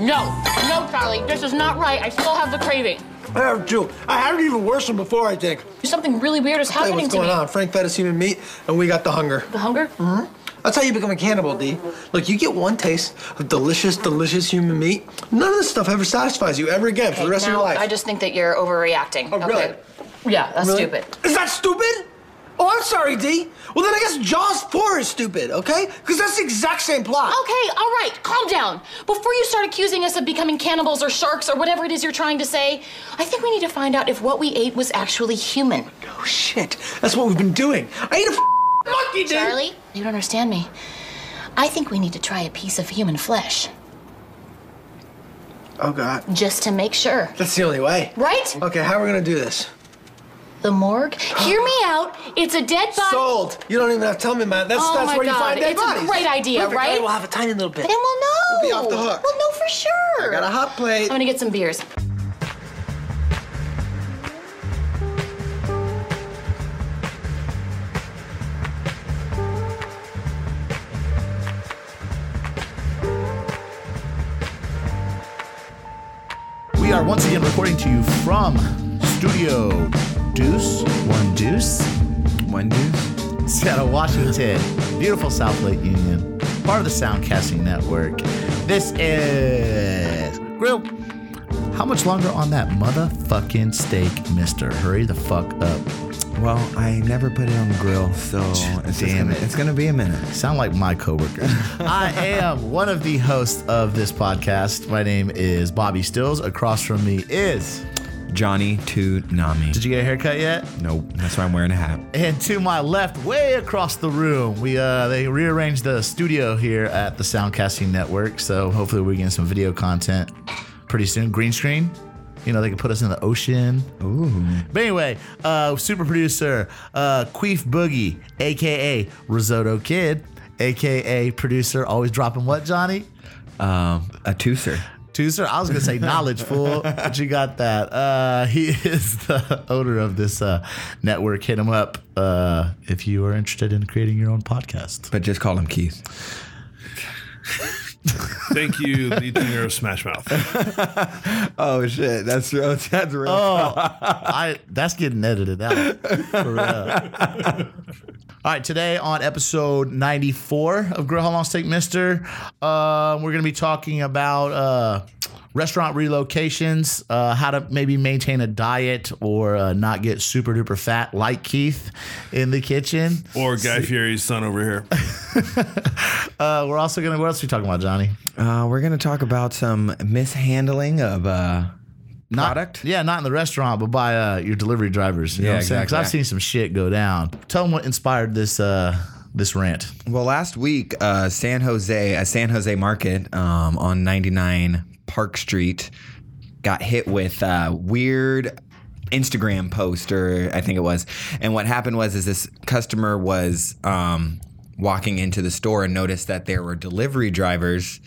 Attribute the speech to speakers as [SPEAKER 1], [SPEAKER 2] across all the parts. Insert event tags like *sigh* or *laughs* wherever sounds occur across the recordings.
[SPEAKER 1] No, no, Charlie, this is not right. I still have the craving.
[SPEAKER 2] I have two. I had it even worse than before, I think.
[SPEAKER 1] Something really weird is
[SPEAKER 2] Hey,
[SPEAKER 1] happening
[SPEAKER 2] what's
[SPEAKER 1] to
[SPEAKER 2] going
[SPEAKER 1] me.
[SPEAKER 2] on? Frank fed us human meat, and we got the hunger.
[SPEAKER 1] The hunger?
[SPEAKER 2] That's how you become a cannibal, D. Look, you get one taste of delicious, delicious human meat. None of this stuff ever satisfies you ever again for the rest of
[SPEAKER 1] now,
[SPEAKER 2] your life.
[SPEAKER 1] I just think that you're overreacting.
[SPEAKER 2] Oh, really?
[SPEAKER 1] okay? Yeah, that's
[SPEAKER 2] Really?
[SPEAKER 1] stupid.
[SPEAKER 2] Is that stupid? Oh, I'm sorry, D. Well, then I guess Jaws 4 is stupid, okay? Because that's the exact same plot.
[SPEAKER 1] Okay, all right, calm down. Before you start accusing us of becoming cannibals or sharks or whatever it is you're trying to say, I think we need to find out if what we ate was actually human.
[SPEAKER 2] Oh, shit. That's what we've been doing. I ate a f- monkey, D.
[SPEAKER 1] Charlie? You don't understand me. I think we need to try a piece of human flesh
[SPEAKER 2] Oh, God.
[SPEAKER 1] just to make sure.
[SPEAKER 2] That's the only way.
[SPEAKER 1] Right?
[SPEAKER 2] Okay, how are we gonna do this?
[SPEAKER 1] The morgue? Hear me out. It's a dead body.
[SPEAKER 2] Sold. You don't even have to tell me, man. That's
[SPEAKER 1] Oh
[SPEAKER 2] that's
[SPEAKER 1] my
[SPEAKER 2] where you
[SPEAKER 1] God,
[SPEAKER 2] find dead
[SPEAKER 1] it's a
[SPEAKER 2] bodies.
[SPEAKER 1] great idea,
[SPEAKER 2] Perfect.
[SPEAKER 1] right?
[SPEAKER 2] All We'll have a tiny little bit.
[SPEAKER 1] Then we'll know.
[SPEAKER 2] We'll be off the hook.
[SPEAKER 1] We'll know for sure.
[SPEAKER 2] I got a hot plate.
[SPEAKER 1] I'm gonna get some beers.
[SPEAKER 3] We are once again recording to you from Studio Deuce, One Deuce,
[SPEAKER 4] One deuce.
[SPEAKER 3] Seattle, Washington, beautiful South Lake Union, part of the Soundcasting Network. This is Grill. How much longer on that motherfucking steak, mister? Hurry the fuck up.
[SPEAKER 4] Well, I never put it on the grill, *laughs* so it's, just
[SPEAKER 3] Damn
[SPEAKER 4] gonna,
[SPEAKER 3] it.
[SPEAKER 4] it's gonna be a minute.
[SPEAKER 3] Sound like my coworkers. I am one of the hosts of this podcast. My name is Bobby Stills. Across from me is.
[SPEAKER 4] Johnny to Nami.
[SPEAKER 3] Did you get a haircut yet?
[SPEAKER 4] Nope, that's why I'm wearing a hat.
[SPEAKER 3] And to my left, way across the room, we uh, they rearranged the studio here at the Soundcasting Network. So hopefully we're getting some video content pretty soon. Green screen, you know they can put us in the ocean.
[SPEAKER 4] Ooh.
[SPEAKER 3] But anyway, uh, super producer uh, Queef Boogie, aka Risotto Kid, aka producer, always dropping what Johnny.
[SPEAKER 4] Um, a tooser.
[SPEAKER 3] Tuesday. I was gonna say knowledge, fool, but you got that. Uh, he *laughs* is the owner of this uh, network. Hit him up uh, if you are interested in creating your own podcast.
[SPEAKER 4] But just call him Keith.
[SPEAKER 5] Thank you, *laughs* lead singer of Smash Mouth.
[SPEAKER 4] Oh shit, that's real. *laughs* That's real.
[SPEAKER 3] Oh, I that's getting edited out. For real. All right, today on episode 94 of Grill How Long Steak Mister, um, we're going to be talking about uh, restaurant relocations, uh, how to maybe maintain a diet or uh, not get super duper fat like Keith in the kitchen.
[SPEAKER 5] Or Guy Fieri's son over here.
[SPEAKER 3] Uh, we're also going to, what else are we talking about, Johnny?
[SPEAKER 4] Uh, we're gonna talk about some mishandling of uh,
[SPEAKER 3] Not-
[SPEAKER 4] product.
[SPEAKER 3] Yeah, not in the restaurant, but by uh, your delivery drivers. You know
[SPEAKER 4] Yeah,
[SPEAKER 3] what I'm saying? Because I've
[SPEAKER 4] exactly.
[SPEAKER 3] seen some shit go down. Tell them what inspired this uh, this rant.
[SPEAKER 4] Well, last week, uh, San Jose, a San Jose market um, on 99 Park Street, got hit with uh, weird Instagram post, or I think it was. And what happened was, is this customer was um, walking into the store and noticed that there were delivery drivers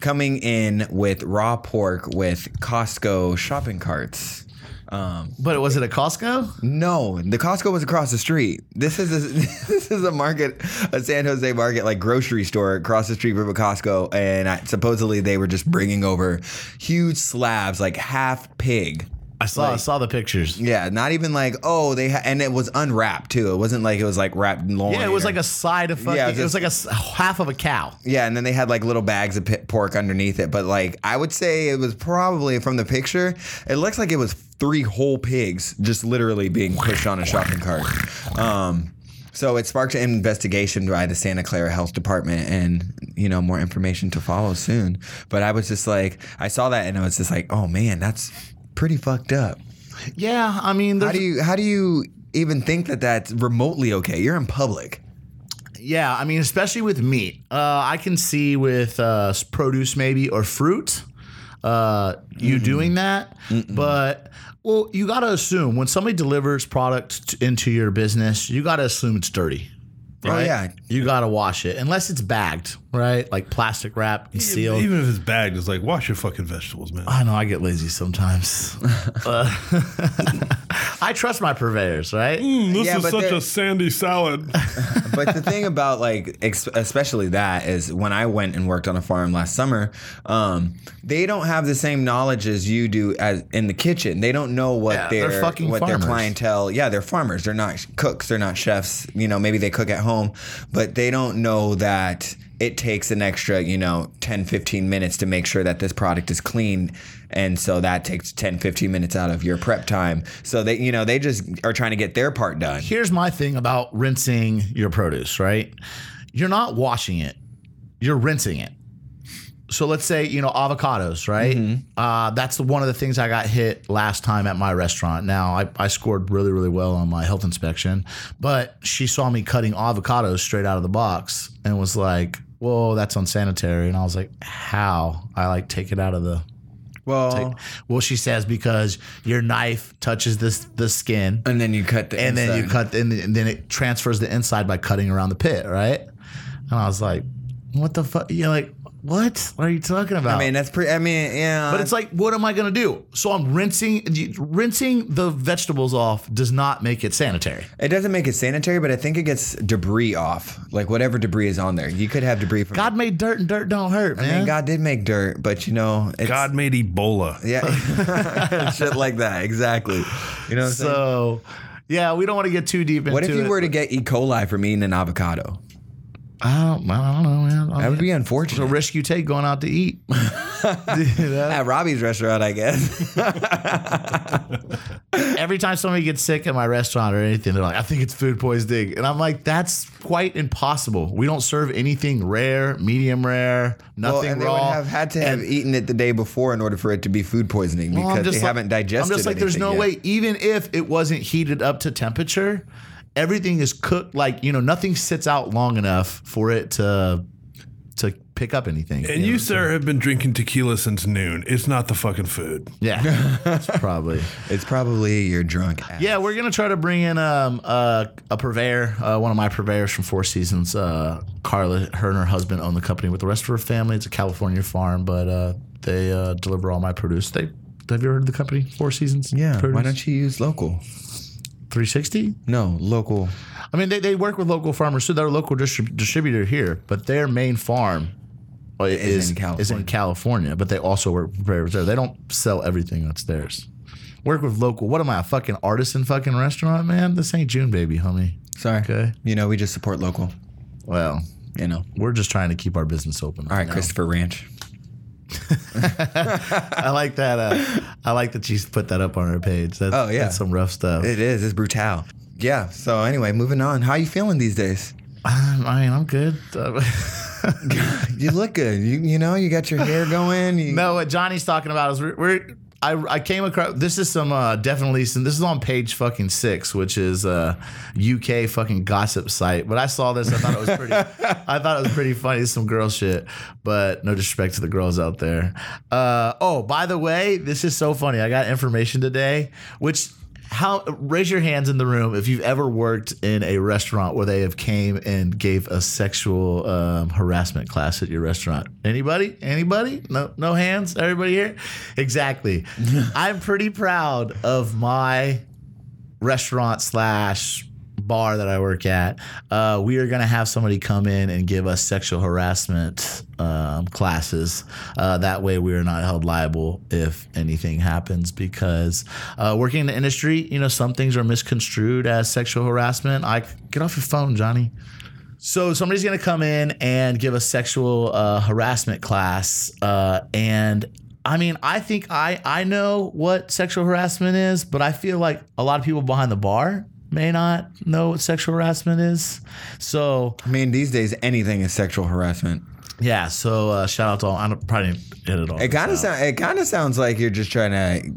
[SPEAKER 4] coming in with raw pork with Costco shopping carts. Um,
[SPEAKER 3] But was it a Costco?
[SPEAKER 4] No, the Costco was across the street. This is a, *laughs* this is a market, a San Jose market, like grocery store across the street from a Costco, and I, supposedly they were just bringing over huge slabs, like half pig.
[SPEAKER 3] I saw I saw the pictures.
[SPEAKER 4] Yeah, not even like oh they ha- and it was unwrapped too. It wasn't like it was like wrapped in loin.
[SPEAKER 3] Yeah, it was
[SPEAKER 4] or-
[SPEAKER 3] like a side of fucking.
[SPEAKER 4] Yeah,
[SPEAKER 3] it
[SPEAKER 4] it
[SPEAKER 3] was,
[SPEAKER 4] was
[SPEAKER 3] like a s- half of a cow.
[SPEAKER 4] yeah, and then they had like little bags of pit pork underneath it. But like I would say it was probably from the picture, it looks like it was three whole pigs just literally being pushed on a shopping cart. Um, so it sparked an investigation by the Santa Clara Health Department, and you know more information to follow soon. But I was just like, I saw that, and I was just like, oh man, that's pretty fucked up.
[SPEAKER 3] Yeah, I mean,
[SPEAKER 4] How
[SPEAKER 3] there's,
[SPEAKER 4] do you how do you even think that that's remotely okay? You're in public.
[SPEAKER 3] yeah, I mean, especially with meat, uh, I can see with uh, s- produce maybe or fruit, uh, you doing that. But well, you got to assume when somebody delivers product t- into your business, you got to assume it's dirty. Right?
[SPEAKER 4] Oh, yeah.
[SPEAKER 3] You got to wash it unless it's bagged, right? Like plastic wrap and sealed.
[SPEAKER 5] Even if it's bagged, it's like wash your fucking vegetables, man.
[SPEAKER 3] I know I get lazy sometimes. Uh, *laughs* I trust my purveyors, right?
[SPEAKER 5] this
[SPEAKER 4] Yeah,
[SPEAKER 5] is
[SPEAKER 4] but
[SPEAKER 5] such
[SPEAKER 4] they're-
[SPEAKER 5] a sandy salad. *laughs*
[SPEAKER 4] but the thing about like ex- especially that is when I went and worked on a farm last summer, um, they don't have the same knowledge as you do as in the kitchen. They don't know what
[SPEAKER 3] Yeah, they're
[SPEAKER 4] their
[SPEAKER 3] fucking
[SPEAKER 4] what
[SPEAKER 3] farmers.
[SPEAKER 4] their clientele. Yeah, they're farmers. They're not cooks. They're not chefs. You know, maybe they cook at home, but they don't know that it takes an extra, you know, 10 15 minutes to make sure that this product is clean. And so that takes 10 15 minutes out of your prep time. So they, you know, they just are trying to get their part done.
[SPEAKER 3] Here's my thing about rinsing your produce, right? You're not washing it, you're rinsing it. So let's say, you know, avocados, right? Uh, that's one of the things I got hit last time at my restaurant. Now, I, I scored really, really well on my health inspection, but she saw me cutting avocados straight out of the box and was like, whoa, that's unsanitary. And I was like, how? I like take it out of the
[SPEAKER 4] Well,
[SPEAKER 3] Well, she says because your knife touches this the skin,
[SPEAKER 4] and then you cut the
[SPEAKER 3] and then you
[SPEAKER 4] inside.
[SPEAKER 3] cut, and, and then it transfers the inside by cutting around the pit, right? And I was like, "What the fuck?" You're like, "What? What are you talking about?"
[SPEAKER 4] I mean, uh, that's pretty. I mean, yeah.
[SPEAKER 3] but it's like, what am I gonna do? So I'm rinsing, rinsing the vegetables off does not make it sanitary.
[SPEAKER 4] it doesn't make it sanitary, but I think it gets debris off. Like whatever debris is on there, you could have debris from.
[SPEAKER 3] God made dirt, and dirt don't hurt,
[SPEAKER 4] I
[SPEAKER 3] man.
[SPEAKER 4] mean, God did make dirt, but you know, it's,
[SPEAKER 5] God made
[SPEAKER 3] *laughs*
[SPEAKER 5] Ebola.
[SPEAKER 4] yeah, *laughs* shit like that. Exactly. You know. What I'm saying?
[SPEAKER 3] so, yeah, we don't want to get too deep into
[SPEAKER 4] what if you
[SPEAKER 3] it.
[SPEAKER 4] were to get E. coli from eating an avocado?
[SPEAKER 3] I don't, I don't know, man. I
[SPEAKER 4] That would be
[SPEAKER 3] it's a
[SPEAKER 4] unfortunate.
[SPEAKER 3] risk you take going out to
[SPEAKER 4] *laughs*
[SPEAKER 3] eat. *laughs*
[SPEAKER 4] At Robbie's restaurant, I guess.
[SPEAKER 3] every time somebody gets sick at my restaurant or anything, they're like, I think it's food poisoning. And I'm like, that's quite impossible. We don't serve anything rare, medium rare,
[SPEAKER 4] Well,
[SPEAKER 3] nothing
[SPEAKER 4] and they
[SPEAKER 3] raw.
[SPEAKER 4] would have had to have eaten it the day before in order for it to be food poisoning
[SPEAKER 3] Well, I'm
[SPEAKER 4] because they
[SPEAKER 3] just like-
[SPEAKER 4] haven't digested.
[SPEAKER 3] I'm just like, there's
[SPEAKER 4] anything
[SPEAKER 3] no
[SPEAKER 4] yet.
[SPEAKER 3] way, even if it wasn't heated up to temperature, everything is cooked like, you know, nothing sits out long enough for it to to pick up anything.
[SPEAKER 5] And you, sir, have been drinking tequila since noon. It's not the fucking food.
[SPEAKER 4] *laughs*
[SPEAKER 3] Yeah. That's probably.
[SPEAKER 4] It's probably your drunk. Ass.
[SPEAKER 3] Yeah, we're gonna try to bring in um, uh, a purveyor, uh, one of my purveyors from Four Seasons. Uh, Carla, her and her husband own the company with the rest of her family. It's a California farm, but uh, they uh, deliver all my produce. They have you heard of the company Four Seasons?
[SPEAKER 4] Yeah.
[SPEAKER 3] Produce?
[SPEAKER 4] Why don't you use local?
[SPEAKER 3] 360?
[SPEAKER 4] No, local.
[SPEAKER 3] I mean, they, they work with local farmers, so they're a local distrib- distributor here, but their main farm uh, is, is, in
[SPEAKER 4] in
[SPEAKER 3] California, but they also work with preparators there. They don't sell everything that's theirs. Work with local. What am I, a fucking artisan fucking restaurant, man? This ain't June, baby, homie.
[SPEAKER 4] Sorry.
[SPEAKER 3] Okay.
[SPEAKER 4] You know, we just support local.
[SPEAKER 3] Well,
[SPEAKER 4] You know.
[SPEAKER 3] we're just trying to keep our business open.
[SPEAKER 4] All right, Christopher Ranch.
[SPEAKER 3] *laughs* I like that. Uh, I like that she's put that up on her page. That's,
[SPEAKER 4] Oh, yeah.
[SPEAKER 3] that's some rough stuff.
[SPEAKER 4] It is. It's brutal. Yeah. So anyway, moving on. How you feeling these *laughs* days?
[SPEAKER 3] *laughs* I mean, I'm good. *laughs*
[SPEAKER 4] You look good. You you know you got your hair going. You,
[SPEAKER 3] no, what Johnny's talking about is we're. we're I, I came across this is some uh, definitely some this is on page fucking six which is uh, UK fucking gossip site but I saw this I thought it was pretty
[SPEAKER 4] *laughs*
[SPEAKER 3] I thought it was pretty funny It's some girl shit but no disrespect to the girls out there uh, oh by the way this is so funny I got information today which how raise your hands in the room if you've ever worked in a restaurant where they have came and gave a sexual um, harassment class at your restaurant anybody anybody no no hands everybody here exactly i'm pretty proud of my restaurant slash bar that i work at uh, we are going to have somebody come in and give us sexual harassment um, classes uh, that way we are not held liable if anything happens because uh, working in the industry you know some things are misconstrued as sexual harassment i get off your phone johnny so somebody's gonna come in and give a sexual uh, harassment class, uh, and I mean, I think I I know what sexual harassment is, but I feel like a lot of people behind the bar may not know what sexual harassment is. So
[SPEAKER 4] I mean, these days anything is sexual harassment.
[SPEAKER 3] yeah, so uh, shout out to all. I don't probably didn't hit it all.
[SPEAKER 4] It kind of sound, It kind of sounds like you're just trying to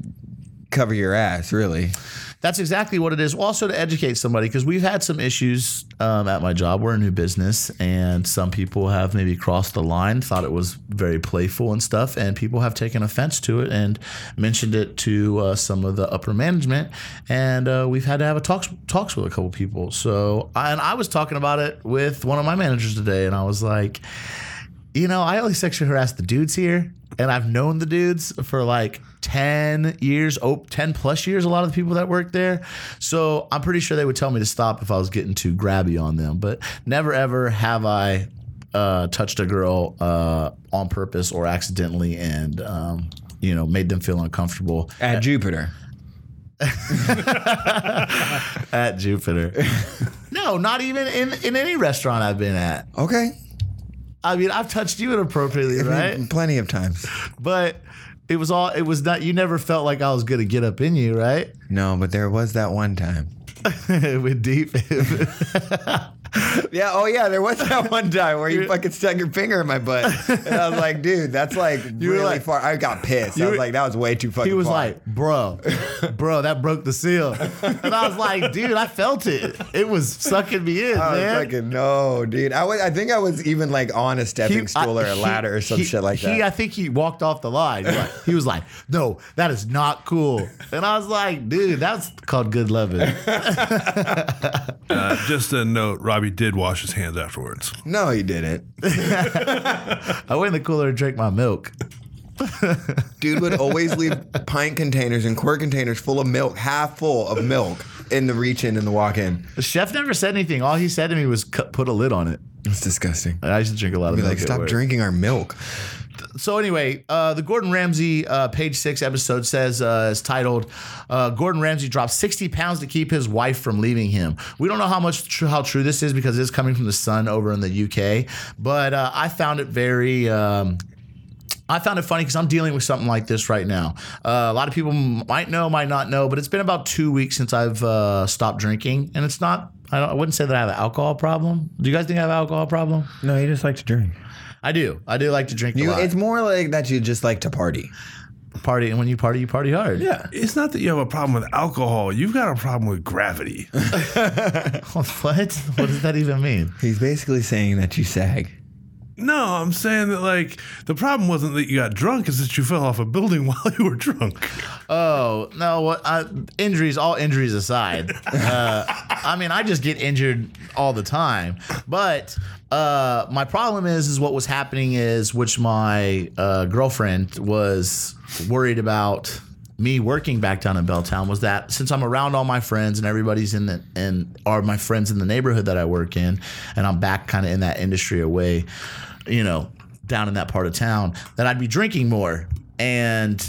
[SPEAKER 4] cover your ass, really.
[SPEAKER 3] That's exactly what it is. Also, to educate somebody, because we've had some issues um, at my job. We're a new business, and some people have maybe crossed the line, thought it was very playful and stuff, and people have taken offense to it and mentioned it to uh, some of the upper management. And uh, we've had to have a talks talks with a couple people. So, I, and I was talking about it with one of my managers today, and I was like, you know, I only sexually harass the dudes here, and I've known the dudes for like 10 years, oh, 10 plus years, a lot of the people that work there. So I'm pretty sure they would tell me to stop if I was getting too grabby on them, but never ever have I uh, touched a girl uh, on purpose or accidentally and, um, you know, made them feel uncomfortable
[SPEAKER 4] At Jupiter.
[SPEAKER 3] at Jupiter. no, not even in, in any restaurant I've been at.
[SPEAKER 4] Okay.
[SPEAKER 3] I mean, I've touched you inappropriately, right?
[SPEAKER 4] Plenty of times.
[SPEAKER 3] but it was all it was not you never felt like i was gonna get up in you
[SPEAKER 4] *laughs*
[SPEAKER 3] right
[SPEAKER 4] No, but there was that one time.
[SPEAKER 3] with deep
[SPEAKER 4] Yeah, oh yeah, there was that one time where you fucking stuck your finger in my butt. And I was like, dude,
[SPEAKER 3] *laughs*
[SPEAKER 4] that's like
[SPEAKER 3] were
[SPEAKER 4] really
[SPEAKER 3] like-
[SPEAKER 4] far. I got pissed.
[SPEAKER 3] you
[SPEAKER 4] I was
[SPEAKER 3] were-
[SPEAKER 4] like, that was way too
[SPEAKER 3] *laughs*
[SPEAKER 4] fucking
[SPEAKER 3] he was
[SPEAKER 4] far.
[SPEAKER 3] like bro bro that broke the seal and i was like dude i felt it it was sucking me in
[SPEAKER 4] *laughs* I was
[SPEAKER 3] man
[SPEAKER 4] fucking no, dude. I was, I think I was even like on a stepping stool or
[SPEAKER 3] I-
[SPEAKER 4] a
[SPEAKER 3] he-
[SPEAKER 4] ladder or some
[SPEAKER 3] he-
[SPEAKER 4] shit like
[SPEAKER 3] He,
[SPEAKER 4] that.
[SPEAKER 3] I think he walked off the line. He like- he was like, "No, that is not cool," and I was like, "Dude, that's called good loving."
[SPEAKER 5] Uh, just a note: Robbie did wash his hands afterwards.
[SPEAKER 4] no, he didn't.
[SPEAKER 3] I went in the cooler and drank my milk.
[SPEAKER 4] Dude would always
[SPEAKER 3] *laughs*
[SPEAKER 4] leave pint containers and quart containers full of milk, half full of milk in the reach in and the walk in.
[SPEAKER 3] The chef never said anything. All he said to me was, "Cut- "Put a lid on it."
[SPEAKER 4] It's disgusting.
[SPEAKER 3] And I used to drink a lot of
[SPEAKER 4] Be
[SPEAKER 3] milk.
[SPEAKER 4] like,
[SPEAKER 3] at
[SPEAKER 4] stop
[SPEAKER 3] work."
[SPEAKER 4] drinking our milk.
[SPEAKER 3] So anyway, uh, the Gordon Ramsay uh, page six episode says uh, is titled uh, "Gordon Ramsay drops 60 pounds to keep his wife from leaving him." We don't know how much tr- how true this is because it's coming from the Sun over in the UK, but uh, I found it very. Um, I found it funny because I'm dealing with something like this right now. Uh, a lot of people might know, might not know, but it's been about two weeks since I've uh, stopped drinking, and it's not. I, don't, I wouldn't say that I have an alcohol problem. Do you guys think I have an alcohol problem?
[SPEAKER 4] No, you just like to drink.
[SPEAKER 3] I do. I do like to drink.
[SPEAKER 4] You,
[SPEAKER 3] a lot.
[SPEAKER 4] it's more like that you just like to party.
[SPEAKER 3] party, and when you party, you party hard. Yeah.
[SPEAKER 5] It's not that you have a problem with alcohol; you've got a problem with *laughs* gravity.
[SPEAKER 3] *laughs* What? What does that even mean?
[SPEAKER 4] He's basically saying that you sag.
[SPEAKER 5] no, I'm saying that like the problem wasn't that you got drunk; is that you fell off a building *laughs* while you were drunk.
[SPEAKER 3] Oh no! What I, injuries? All injuries aside, uh, I mean, I just get injured all the time. But uh, my problem is, is what was happening is, which my uh, girlfriend was worried about me working back down in Belltown was that since I'm around all my friends and everybody's in the and are my friends in the neighborhood that I work in, and I'm back kind of in that industry away, you know, down in that part of town, that I'd be drinking more and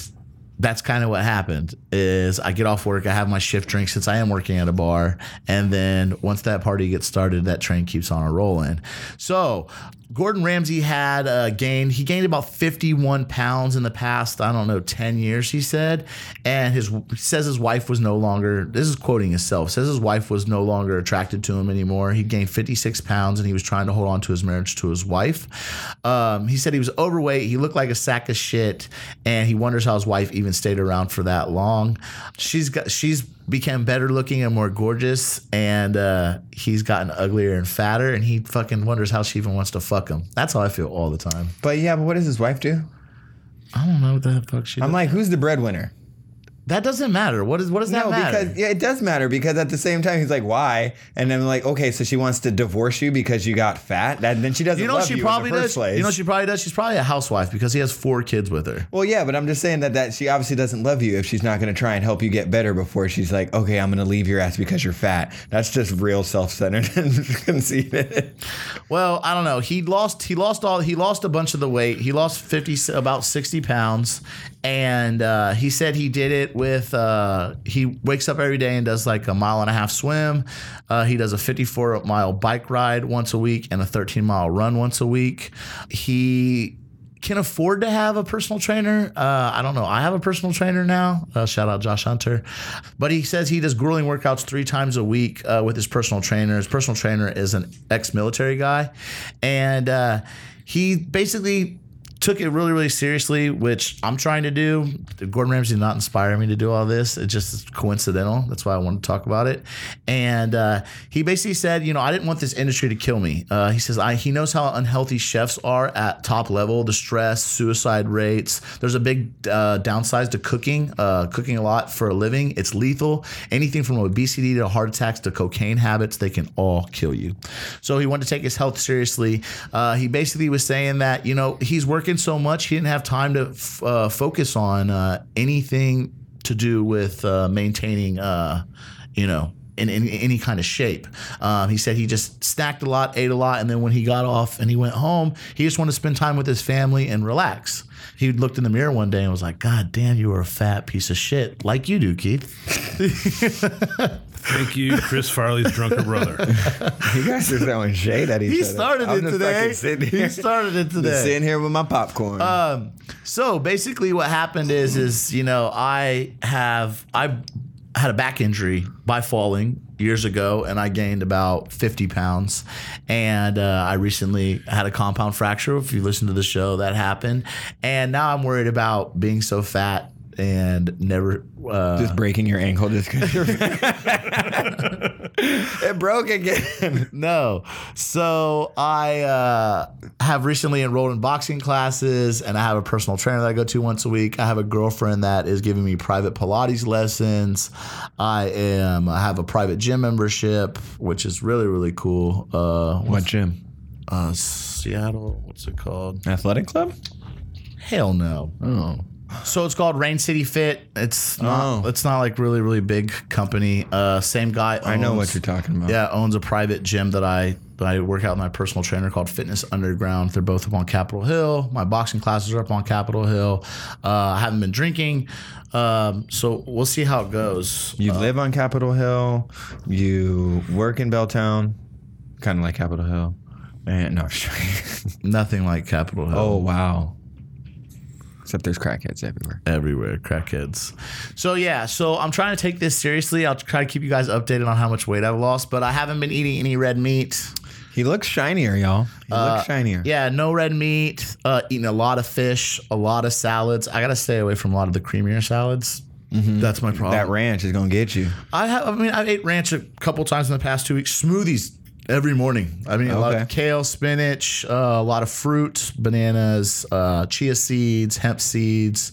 [SPEAKER 3] that's kind of what happened is i get off work i have my shift drink since i am working at a bar and then once that party gets started that train keeps on a rolling so gordon ramsay had uh, gained he gained about 51 pounds in the past i don't know 10 years he said and his he says his wife was no longer this is quoting himself says his wife was no longer attracted to him anymore he gained 56 pounds and he was trying to hold on to his marriage to his wife um, he said he was overweight he looked like a sack of shit and he wonders how his wife even stayed around for that long she's got she's become better looking and more gorgeous and uh, he's gotten uglier and fatter and he fucking wonders how she even wants to fuck him that's how i feel all the time
[SPEAKER 4] But yeah, but what does his wife do?
[SPEAKER 3] i don't know what the fuck she
[SPEAKER 4] I'm like, who's the breadwinner?
[SPEAKER 3] that doesn't matter what is what does that
[SPEAKER 4] No,
[SPEAKER 3] matter
[SPEAKER 4] because yeah, it does matter because at the same time he's like, why? And I'm like, okay, so she wants to divorce you because you got fat, and then she doesn't
[SPEAKER 3] you know
[SPEAKER 4] love
[SPEAKER 3] what she
[SPEAKER 4] you
[SPEAKER 3] probably
[SPEAKER 4] in the
[SPEAKER 3] does
[SPEAKER 4] first place.
[SPEAKER 3] you know what she probably does she's probably a housewife because he has four kids with her
[SPEAKER 4] well, yeah, but I'm just saying that that she obviously doesn't love you if she's not going to try and help you get better before she's like, okay, I'm going to leave your ass because you're fat. That's just real self-centered *laughs* and conceited.
[SPEAKER 3] Well, I don't know. He lost. He lost all. He lost a bunch of the weight. He lost fifty, about sixty pounds, and uh, he said he did it with. Uh, he wakes up every day and does like a mile and a half swim. Uh, he does a fifty-four mile bike ride once a week and a thirteen mile run once a week. He can afford to have a personal trainer. Uh, I don't know. I have a personal trainer now. Uh, shout out Josh Hunter. But he says he does grueling workouts three times a week uh, with his personal trainer. His personal trainer is an ex military guy. And uh, he basically took it really, really seriously, which I'm trying to do. Gordon Ramsay did not inspire me to do all this. It just is coincidental. That's why I wanted to talk about it. And uh, he basically said, you know, I didn't want this industry to kill me. Uh, he says I, he knows how unhealthy chefs are at top level, the stress, suicide rates. There's a big uh, downside to cooking, uh, cooking a lot for a living. It's lethal. Anything from obesity to heart attacks to cocaine habits, they can all kill you. So he wanted to take his health seriously. Uh, he basically was saying that, you know, he's working so much, he didn't have time to f- uh, focus on uh, anything to do with uh, maintaining, uh, you know, in, in any kind of shape. Um, he said he just snacked a lot, ate a lot, and then when he got off and he went home, he just wanted to spend time with his family and relax. He looked in the mirror one day and was like, God damn, you are a fat piece of shit, like you do, Keith.
[SPEAKER 5] Thank you, Chris Farley's drunker *laughs* brother.
[SPEAKER 4] You guys are throwing shade at each
[SPEAKER 3] He
[SPEAKER 4] other.
[SPEAKER 3] started
[SPEAKER 4] I'm
[SPEAKER 3] it
[SPEAKER 4] just
[SPEAKER 3] today.
[SPEAKER 4] fucking Sitting here,
[SPEAKER 3] He started it
[SPEAKER 4] Just
[SPEAKER 3] today.
[SPEAKER 4] sitting here with my popcorn.
[SPEAKER 3] Um, so basically, what happened is, is you know, I have I had a back injury by falling years ago, and I gained about fifty pounds. And uh, I recently had a compound fracture. If you listen to the show, that happened. And now I'm worried about being so fat and never. Uh,
[SPEAKER 4] just breaking your ankle just because *laughs* you're. it broke again.
[SPEAKER 3] no. So I uh, have recently enrolled in boxing classes, and I have a personal trainer that I go to once a week. I have a girlfriend that is giving me private Pilates lessons. I am. I have a private gym membership, which is really really cool. Uh,
[SPEAKER 4] What gym?
[SPEAKER 3] uh, Seattle. What's it called?
[SPEAKER 4] Athletic club?
[SPEAKER 3] Hell no.
[SPEAKER 4] Oh.
[SPEAKER 3] So it's called Rain City Fit. It's not.
[SPEAKER 4] Oh.
[SPEAKER 3] It's not like really really big company. Uh, same guy. Owns,
[SPEAKER 4] I know what you're talking about.
[SPEAKER 3] yeah, owns a private gym that I that I work out with my personal trainer called Fitness Underground. They're both up on Capitol Hill. My boxing classes are up on Capitol Hill. Uh, I haven't been drinking, um, so we'll see how it goes.
[SPEAKER 4] You live on Capitol Hill. You work in Belltown, kind of like Capitol Hill. And no,
[SPEAKER 3] Nothing like Capitol Hill.
[SPEAKER 4] *laughs* oh wow. Except there's crackheads everywhere.
[SPEAKER 3] everywhere, crackheads. So yeah, so I'm trying to take this seriously. I'll try to keep you guys updated on how much weight I've lost, but I haven't been eating any red meat. Uh,
[SPEAKER 4] He looks shinier, y'all. He looks shinier.
[SPEAKER 3] Yeah, no red meat. Uh, eating a lot of fish, a lot of salads. I gotta stay away from a lot of the creamier salads. That's my problem.
[SPEAKER 4] Mm-hmm. That ranch is gonna get you.
[SPEAKER 3] I have. I mean, I ate ranch a couple times in the past two weeks. Smoothies every morning. I mean, a lot
[SPEAKER 4] Okay.
[SPEAKER 3] of kale, spinach, uh, a lot of fruit, bananas, uh, chia seeds, hemp seeds.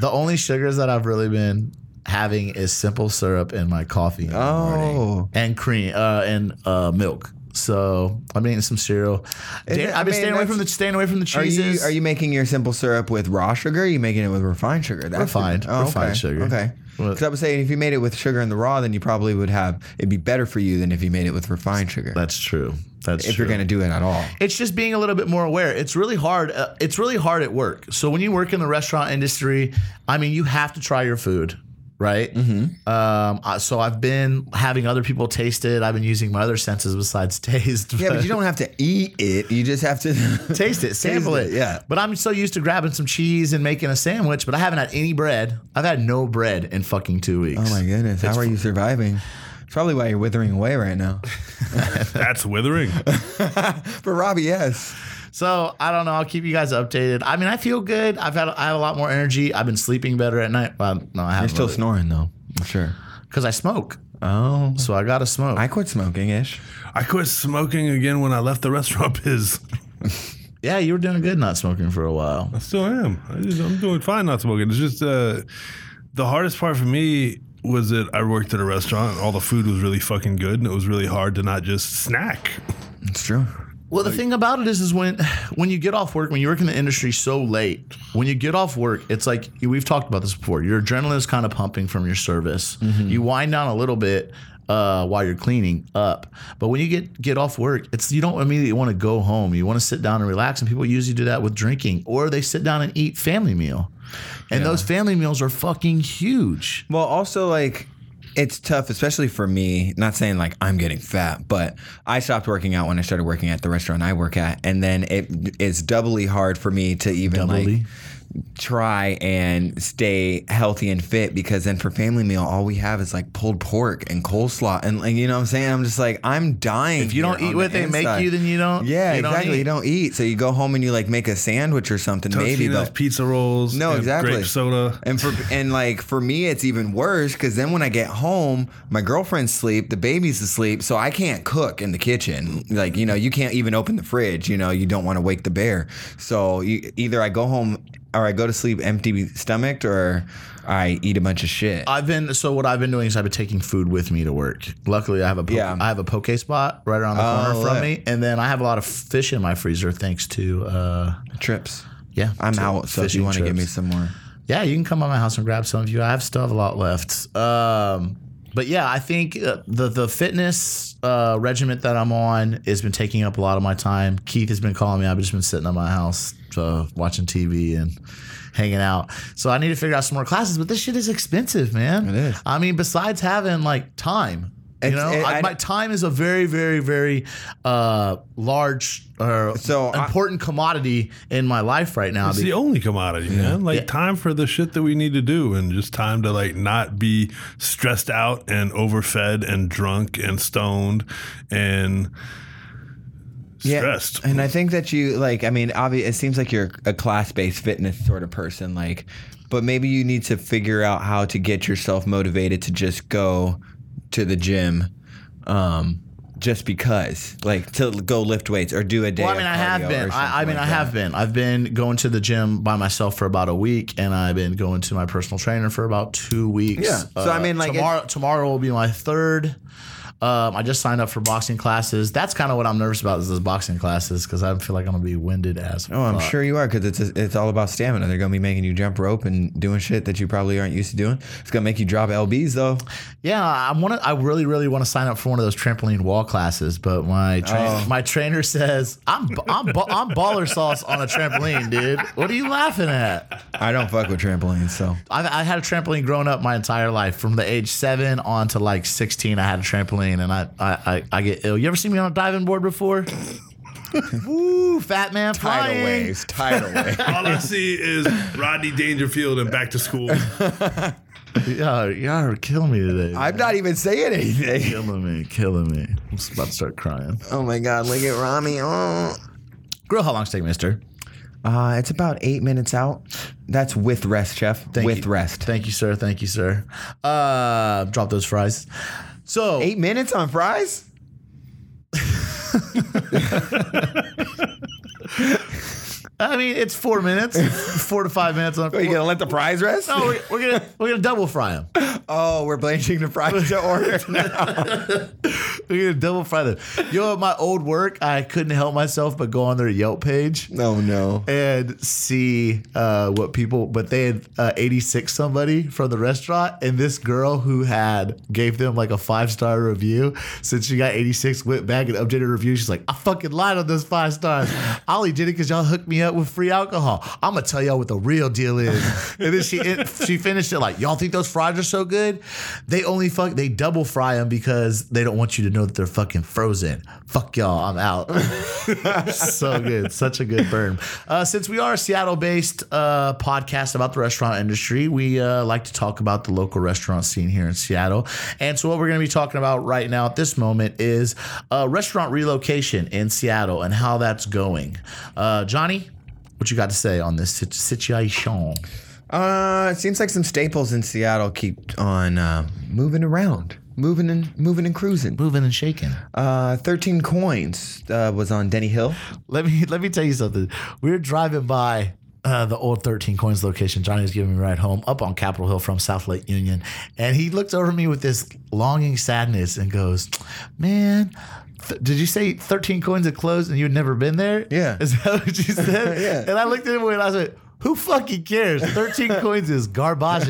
[SPEAKER 3] The only sugars that I've really been having is simple syrup in my coffee. in the morning.
[SPEAKER 4] Oh.
[SPEAKER 3] and cream uh, and uh, milk. So I've been eating some cereal.
[SPEAKER 4] Isn't-
[SPEAKER 3] Dairy-
[SPEAKER 4] I
[SPEAKER 3] I've been
[SPEAKER 4] mean,
[SPEAKER 3] staying away
[SPEAKER 4] that's-
[SPEAKER 3] from the staying away from the
[SPEAKER 4] Are you,
[SPEAKER 3] cheeses.
[SPEAKER 4] are you making your simple syrup with raw sugar? Or are you making it with refined sugar? That's Oh,
[SPEAKER 3] Refined. Refined
[SPEAKER 4] okay.
[SPEAKER 3] sugar.
[SPEAKER 4] Okay.
[SPEAKER 3] What-
[SPEAKER 4] Because I was saying, if you made it with sugar and the raw, then you probably would have. It'd be better for you than if you made it with refined sugar.
[SPEAKER 3] That's true. That's
[SPEAKER 4] if
[SPEAKER 3] true.
[SPEAKER 4] you're gonna do it at *laughs* all.
[SPEAKER 3] it's just being a little bit more aware. It's really hard. Uh, it's really hard at work. So when you work in the restaurant industry, I mean, you have to try your food, right? Mm-hmm. Um, I- so I've been having other people taste it. I've been using my other senses besides *laughs* taste.
[SPEAKER 4] Yeah, but you don't have to eat it. You just have
[SPEAKER 3] *laughs*
[SPEAKER 4] to *laughs*
[SPEAKER 3] taste it, sample
[SPEAKER 4] it,
[SPEAKER 3] it.
[SPEAKER 4] yeah.
[SPEAKER 3] But I'm so used to grabbing some cheese and making a sandwich, but I haven't had any bread. I've had no bread in fucking two weeks.
[SPEAKER 4] Oh my goodness, how are you surviving? It's probably why you're withering away right now. *laughs*
[SPEAKER 5] That's withering.
[SPEAKER 4] For Robbie, yes.
[SPEAKER 3] So I don't know. I'll keep you guys updated. I mean, I feel good. I've had I have a lot more energy. I've been sleeping better at night. Well, no, I
[SPEAKER 4] You're
[SPEAKER 3] haven't.
[SPEAKER 4] still snoring though, I'm sure.
[SPEAKER 3] because I smoke.
[SPEAKER 4] Oh.
[SPEAKER 3] So I gotta smoke.
[SPEAKER 4] I quit smoking ish.
[SPEAKER 5] I quit smoking again when I left the *laughs* restaurant biz.
[SPEAKER 3] yeah, you were doing good not smoking for a while.
[SPEAKER 5] I still am. I just, I'm doing fine not smoking. It's just uh, the hardest part for me was that I worked at a restaurant. And all the food was really fucking good, and it was really hard to not just snack.
[SPEAKER 4] It's true.
[SPEAKER 3] Well, the thing about it is, is when *sighs* when you get off work, when you work in the industry so late, when you get off work, it's like we've talked about this before. Your adrenaline is kind of pumping from your service.
[SPEAKER 4] Mm-hmm.
[SPEAKER 3] You wind down a little bit uh, while you're cleaning up, but when you get get off work, it's you don't immediately want to go home. You want to sit down and relax, and people usually do that with drinking, or they sit down and eat family meal, and those family meals are fucking huge.
[SPEAKER 4] Well, also like it's tough, especially for me. Not saying like I'm getting fat, but I stopped working out when I started working at the restaurant I work at, and then it is doubly hard for me to even
[SPEAKER 3] Doubly?
[SPEAKER 4] like try and stay healthy and fit because then for family meal, all we have is like pulled pork and coleslaw. And, like, you know what I'm saying? I'm just like, I'm dying.
[SPEAKER 3] If you don't
[SPEAKER 4] here
[SPEAKER 3] eat
[SPEAKER 4] on
[SPEAKER 3] what
[SPEAKER 4] the
[SPEAKER 3] they make
[SPEAKER 4] inside.
[SPEAKER 3] you, then you don't-
[SPEAKER 4] Yeah,
[SPEAKER 3] you don't
[SPEAKER 4] exactly.
[SPEAKER 3] eat.
[SPEAKER 4] You don't eat. So you go home and you like make a sandwich or something, maybe.
[SPEAKER 5] Tostitos,
[SPEAKER 4] But
[SPEAKER 5] pizza rolls.
[SPEAKER 4] No,
[SPEAKER 5] and
[SPEAKER 4] exactly.
[SPEAKER 5] Grape soda.
[SPEAKER 4] And for and like for me, it's even worse because then when I get home, my girlfriend's asleep, the baby's asleep, so I can't cook in the kitchen. Like you know, you can't even open the fridge. You know, you don't want to wake the bear. So you, either I go home or I go to sleep empty stomached, or I eat a bunch of shit.
[SPEAKER 3] I've been so what I've been doing is I've been taking food with me to work. Luckily, I have a po-
[SPEAKER 4] Yeah.
[SPEAKER 3] I have a poke spot right around the
[SPEAKER 4] Oh,
[SPEAKER 3] corner from
[SPEAKER 4] look.
[SPEAKER 3] me, and then I have a lot of fish in my freezer thanks to uh,
[SPEAKER 4] trips.
[SPEAKER 3] yeah.
[SPEAKER 4] I'm
[SPEAKER 3] to
[SPEAKER 4] out, so if
[SPEAKER 3] fishing
[SPEAKER 4] you want to give
[SPEAKER 3] trips.
[SPEAKER 4] me some more,
[SPEAKER 3] yeah, you can come by my house and grab some of you. I have still have a lot left. Um, but yeah, I think uh, the the fitness uh, regiment that I'm on has been taking up a lot of my time. Keith has been calling me. I've just been sitting at my house uh, watching TV and hanging out. So I need to figure out some more classes. But this shit is expensive, man.
[SPEAKER 4] It is.
[SPEAKER 3] I mean, besides having like time. You
[SPEAKER 4] It's-
[SPEAKER 3] know,
[SPEAKER 4] it-
[SPEAKER 3] I,
[SPEAKER 4] I-
[SPEAKER 3] my time is a very, very, very uh, large or
[SPEAKER 4] So I-
[SPEAKER 3] important commodity in my life right now.
[SPEAKER 5] It's the only commodity, man. Like
[SPEAKER 3] Yeah.
[SPEAKER 5] time for the shit that we need to do, and just time to like not be stressed out and overfed and drunk and stoned and stressed.
[SPEAKER 4] And I think that you like, I mean, obvi- it seems like you're a class based fitness sort of person, like, but maybe you need to figure out how to get yourself motivated to just go to the gym. Um, just because, like, to go lift weights or do a day.
[SPEAKER 3] Well, I mean,
[SPEAKER 4] of
[SPEAKER 3] I
[SPEAKER 4] cardio
[SPEAKER 3] have
[SPEAKER 4] or
[SPEAKER 3] been. I, I
[SPEAKER 4] something
[SPEAKER 3] mean,
[SPEAKER 4] like
[SPEAKER 3] I
[SPEAKER 4] that.
[SPEAKER 3] have been. I've been going to the gym by myself for about a week, and I've been going to my personal trainer for about two weeks. Uh,
[SPEAKER 4] Yeah. So, I mean, like, it's-
[SPEAKER 3] tomorrow, tomorrow will be my third. Um, I just signed up for boxing classes. That's kind of what I'm nervous about is those boxing classes because I feel like I'm gonna be winded as.
[SPEAKER 4] Oh, I'm sure you are because it's it's all about stamina. They're gonna be making you jump rope and doing shit that you probably aren't used to doing. It's gonna make you drop lbs though.
[SPEAKER 3] Yeah, I want to. I really, really want to sign up for one of those trampoline wall classes, but my tra-
[SPEAKER 4] Oh.
[SPEAKER 3] my trainer says I'm I'm ba- I'm baller sauce on a trampoline, dude. What are you laughing at?
[SPEAKER 4] I don't fuck with trampolines, so
[SPEAKER 3] I've, I had a trampoline growing up my entire life. From the age seven on to like 16, I had a trampoline and I, I, I, I get ill. You ever seen me on a diving board
[SPEAKER 4] *laughs*
[SPEAKER 3] before? Woo, fat man flying.
[SPEAKER 4] tidal waves, tidal waves.
[SPEAKER 5] All I see is Rodney Dangerfield and back to school.
[SPEAKER 3] Y'all, y'all are killing me today.
[SPEAKER 4] I'm not even saying anything.
[SPEAKER 3] killing me, killing me. I'm just about to start crying.
[SPEAKER 4] *laughs* Oh my God, look at Rami. Oh.
[SPEAKER 3] Grill, how long's it take, mister?
[SPEAKER 4] Uh, it's about eight minutes out. That's with rest, chef.
[SPEAKER 3] Thank
[SPEAKER 4] with
[SPEAKER 3] you.
[SPEAKER 4] rest.
[SPEAKER 3] Thank you, sir. Thank you, sir. Uh, drop those fries. So,
[SPEAKER 4] Eight minutes on fries?
[SPEAKER 3] I mean, it's four
[SPEAKER 4] *laughs*
[SPEAKER 3] minutes, four to five minutes on.
[SPEAKER 4] Are you gonna let the fries
[SPEAKER 3] *laughs*
[SPEAKER 4] rest?
[SPEAKER 3] no, we're, we're gonna we're gonna double fry them.
[SPEAKER 4] *laughs* Oh, we're blanching the fries *laughs* to order now.
[SPEAKER 3] We're gonna double fry them. Yo, at my old work, I couldn't help myself but go on their Yelp page
[SPEAKER 4] No, no.
[SPEAKER 3] and see uh, what people. But they had uh, 86 somebody from the restaurant, and this girl who had gave them like a five star review. Since she got 86, went back and updated her review. She's like, I fucking lied on those five stars. Ollie did it because y'all hooked me up with free alcohol. I'm gonna tell y'all what the real deal is. and then she she finished it like, y'all think those fries are so good? They only fuck they double fry them because they don't want you to know that they're fucking frozen. Fuck y'all, I'm out. *laughs* so good. Such a good burn. Uh, since we are a Seattle based uh, podcast about the restaurant industry, we uh, like to talk about the local restaurant scene here in Seattle. And so, what we're going to be talking about right now at this moment is uh, restaurant relocation in Seattle and how that's going. Uh, Johnny, what you got to say on this sit- situation?
[SPEAKER 4] Uh, it seems like some staples in Seattle keep on uh, moving around, moving and moving and cruising.
[SPEAKER 3] Moving and shaking.
[SPEAKER 4] Uh, Thirteen Coins uh, was on Denny Hill.
[SPEAKER 3] Let me *laughs* let me tell you something. We were driving by uh, the old 13 Coins location. Johnny was giving me a ride home up on Capitol Hill from South Lake Union, and he looked over me with this longing sadness and goes, "Man." Th- did you say 13 coins had closed and you had never been there?
[SPEAKER 4] Yeah.
[SPEAKER 3] Is that what you said?
[SPEAKER 4] *laughs* Yeah.
[SPEAKER 3] And I looked at him and I said, Who fucking cares? 13
[SPEAKER 4] *laughs*
[SPEAKER 3] coins is garbage.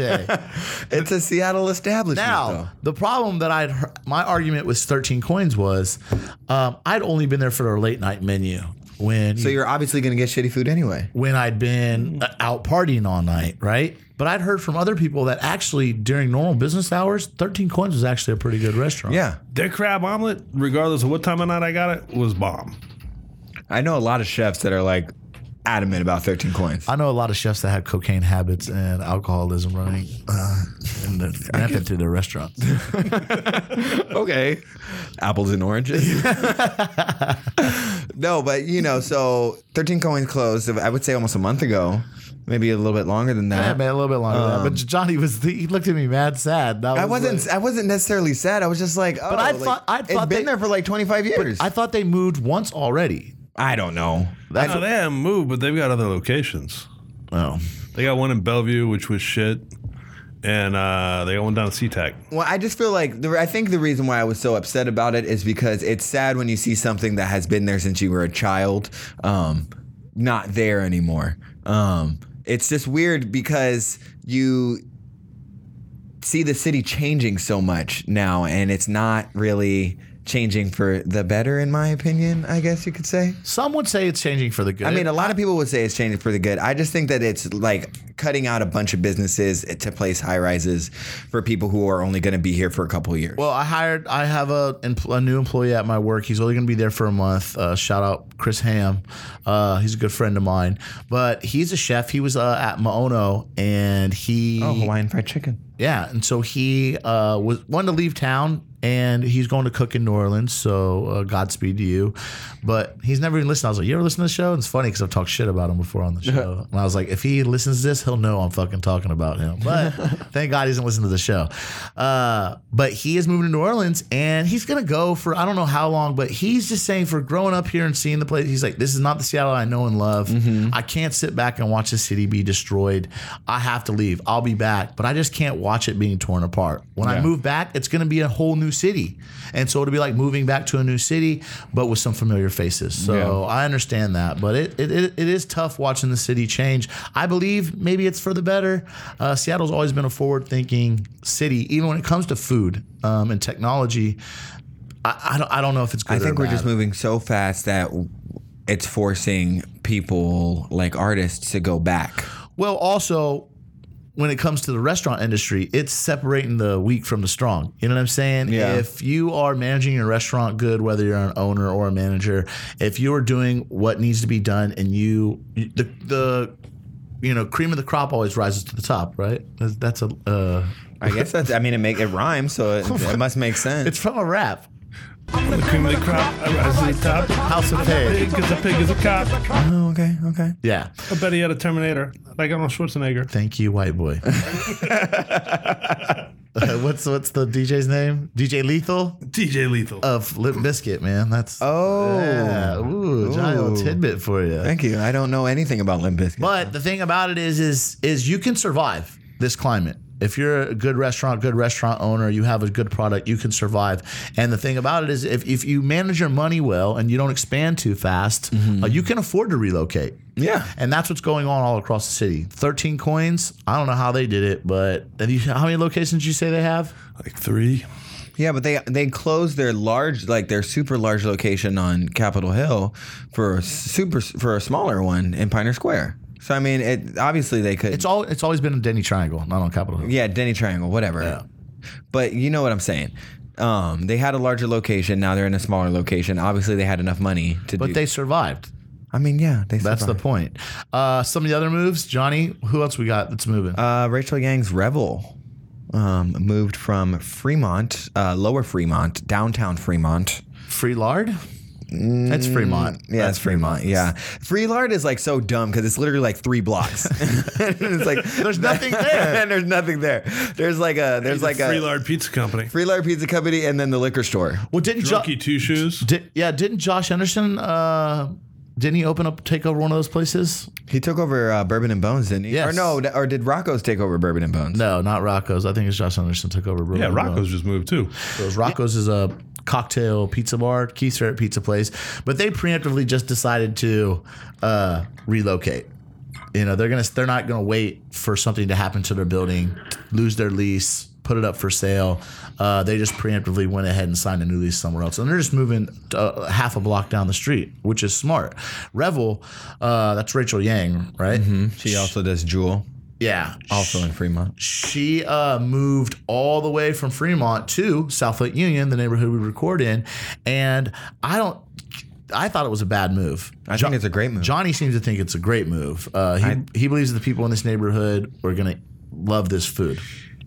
[SPEAKER 4] It's a Seattle establishment. though.
[SPEAKER 3] Now, the problem that I'd heard, my argument with 13 coins was um, I'd only been there for their late night menu when
[SPEAKER 4] so you're obviously gonna get shitty food anyway.
[SPEAKER 3] when I'd been
[SPEAKER 4] Mm.
[SPEAKER 3] uh, out partying all night, right? But I'd heard from other people that actually during normal business hours, 13 Coins was actually a pretty good restaurant.
[SPEAKER 4] Yeah.
[SPEAKER 5] Their crab omelet, regardless of what time of night I got it, was bomb.
[SPEAKER 4] I know a lot of chefs that are like, adamant about 13 coins.
[SPEAKER 3] I know a lot of chefs that have cocaine habits and alcoholism running, uh, and they're rampant through their
[SPEAKER 4] *laughs*
[SPEAKER 3] restaurants.
[SPEAKER 4] *laughs* okay. Apples
[SPEAKER 3] *laughs*
[SPEAKER 4] and oranges. no, but you know, so 13 coins closed, I would say almost a month ago, maybe a little bit longer than
[SPEAKER 3] Yeah,
[SPEAKER 4] that.
[SPEAKER 3] man, a little bit longer than that. But Johnny was he looked at me mad sad. and
[SPEAKER 4] Um, I
[SPEAKER 3] was
[SPEAKER 4] wasn't.
[SPEAKER 3] like-
[SPEAKER 4] I wasn't necessarily sad. I was just like, oh,
[SPEAKER 3] I
[SPEAKER 4] like,
[SPEAKER 3] thought- I
[SPEAKER 4] it's
[SPEAKER 3] thought
[SPEAKER 4] been
[SPEAKER 3] they-
[SPEAKER 4] there for like twenty five years.
[SPEAKER 3] I thought they moved once already.
[SPEAKER 4] I don't know.
[SPEAKER 5] No, they haven't moved, but they've got other locations.
[SPEAKER 3] Oh.
[SPEAKER 5] They got one in Bellevue, which was shit, and uh, they got one down at SeaTac.
[SPEAKER 4] Well, I just feel like the, I think the reason why I was so upset about it is because it's sad when you see something that has been there since you were a child, um, not there anymore. Um, it's just weird because you see the city changing so much now, and it's not really changing for the better, in my opinion. I guess you could say.
[SPEAKER 3] Some would say it's changing for the good.
[SPEAKER 4] I mean, a lot of people would say it's changing for the good. I just think that it's like cutting out a bunch of businesses to place high rises for people who are only going to be here for a couple of years.
[SPEAKER 3] Well, I hired. I have a empl- a new employee at my work. He's only going to be there for a month. Uh, shout out Chris Ham. Uh, he's a good friend of mine. But he's a chef. He was uh, at Maono, and he
[SPEAKER 4] Oh, Hawaiian fried chicken.
[SPEAKER 3] yeah, and so he uh, was wanted to leave town, and he's going to cook in New Orleans. So uh, Godspeed to you. But he's never even listened. I was like, you ever listen to the show? And it's funny because I've talked shit about him before on the show, and I was like, if he listens to this, he'll know I'm fucking talking about him. But thank God he doesn't listen to the show. Uh, but he is moving to New Orleans, and he's gonna go for I don't know how long, but he's just saying for growing up here and seeing the place, he's like, this is not the Seattle I know and love.
[SPEAKER 4] Mm-hmm.
[SPEAKER 3] I can't sit back and watch the city be destroyed. I have to leave. I'll be back, but I just can't watch it being torn apart. When I move back, it's gonna be a whole new city, and so it'll be like moving back to a new city, but with some familiar faces. So I understand that, but it it, it it is tough watching the city change. I believe maybe it's for the better. Uh, Seattle's always been a forward-thinking city, even when it comes to food um, and technology. I, I, don't, I don't know if it's good.
[SPEAKER 4] I think
[SPEAKER 3] or
[SPEAKER 4] we're just
[SPEAKER 3] bad.
[SPEAKER 4] moving so fast that it's forcing people like artists to go back.
[SPEAKER 3] Well, also, when it comes to the restaurant industry, it's separating the weak from the strong. You know what I'm saying?
[SPEAKER 4] Yeah.
[SPEAKER 3] If you are managing your restaurant good, whether you're an owner or a manager, if you are doing what needs to be done and you, the, the, you know, cream of the crop always rises to the top, right? That's- That's a, uh,
[SPEAKER 4] I guess that's. I mean, it make it rhymes, so *laughs* it, it must make sense.
[SPEAKER 3] it's from a rap.
[SPEAKER 5] The cream of the crop, I rise to the top.
[SPEAKER 3] House of Pain.
[SPEAKER 5] Big as a pig is a cop. I
[SPEAKER 4] oh, okay, okay.
[SPEAKER 3] Yeah.
[SPEAKER 5] bet he had a Terminator, like Arnold Schwarzenegger.
[SPEAKER 3] Thank you, white boy. *laughs* Uh, what's what's the DJ's name? DJ Lethal
[SPEAKER 5] DJ Lethal.
[SPEAKER 3] of Lip Biscuit, man. That's
[SPEAKER 4] Oh,
[SPEAKER 3] Yeah. Uh, Ooh, giant little
[SPEAKER 4] Ooh.
[SPEAKER 3] tidbit for you.
[SPEAKER 4] thank you. I don't know anything about Limp Bizkit.
[SPEAKER 3] But the thing about it is, is, is you can survive this climate. If you're a good restaurant, good restaurant owner, you have a good product, you can survive. And the thing about it is, if, if you manage your money well and you don't expand too fast,
[SPEAKER 4] Mm-hmm.
[SPEAKER 3] uh, you can afford to relocate.
[SPEAKER 4] yeah,
[SPEAKER 3] And that's what's going on all across the city. 13 coins, I don't know how they did it, but have you, how many locations did you say they have?
[SPEAKER 5] like three.
[SPEAKER 4] Yeah, but they they closed their large, like their super large location on Capitol Hill for a super for a smaller one in Pioneer Square. So I mean, it obviously they could.
[SPEAKER 3] It's all it's always been a Denny Triangle, not on Capitol Hill.
[SPEAKER 4] yeah, Denny Triangle, whatever. But you know what I'm saying. Um, they had a larger location. Now they're in a smaller location. Obviously, they had enough money to do.
[SPEAKER 3] But they survived.
[SPEAKER 4] I mean, yeah, they.
[SPEAKER 3] That's the
[SPEAKER 4] survived.
[SPEAKER 3] point. Uh, some of the other moves, Johnny. Who else we got that's moving?
[SPEAKER 4] Uh, Rachel Yang's Revel um, moved from Fremont, uh, Lower Fremont, downtown Fremont.
[SPEAKER 3] Free lard. That's Mm, Fremont.
[SPEAKER 4] Mm, Yeah, it's Fremont. Yeah, Freelard is like so dumb because it's literally like
[SPEAKER 3] *laughs*
[SPEAKER 4] three blocks. it's like
[SPEAKER 3] There's
[SPEAKER 4] *laughs*
[SPEAKER 3] nothing there.
[SPEAKER 4] and there's nothing there. There's like a there's like
[SPEAKER 5] Free
[SPEAKER 4] a
[SPEAKER 5] Lard Pizza Company.
[SPEAKER 4] Freelard Pizza Company and then the liquor store.
[SPEAKER 3] Well, didn't jo-
[SPEAKER 5] Drunky Two Shoes.
[SPEAKER 3] did, yeah didn't Josh Anderson? Uh, didn't he open up take over one of those places?
[SPEAKER 4] He took over uh, Bourbon and Bones, didn't he?
[SPEAKER 3] Yes.
[SPEAKER 4] Or no, or did Rocco's take over Bourbon and Bones?
[SPEAKER 3] No, not Rocco's. I think it's Josh Anderson took over. Brew
[SPEAKER 5] Yeah,
[SPEAKER 3] Lab.
[SPEAKER 5] Rocco's just moved too.
[SPEAKER 3] Those Rocco's is a cocktail pizza bar, Keith's favorite pizza place, but they preemptively just decided to uh, relocate. You know, they're gonna they're not gonna wait for something to happen to their building, lose their lease, put it up for sale. Uh, they just preemptively went ahead and signed a new lease somewhere else, and they're just moving uh, half a block down the street, which is smart. Revel, uh, that's Rachel Yang, right?
[SPEAKER 4] She also does Jewel,
[SPEAKER 3] Yeah,
[SPEAKER 4] Mm-hmm. also in Fremont.
[SPEAKER 3] she uh, moved all the way from Fremont to South Lake Union, the neighborhood we record in, and I don't. I thought it was a bad move.
[SPEAKER 4] I think it's a great move.
[SPEAKER 3] Johnny seems to think it's a great move. Uh, he he believes that the people in this neighborhood are gonna love this food.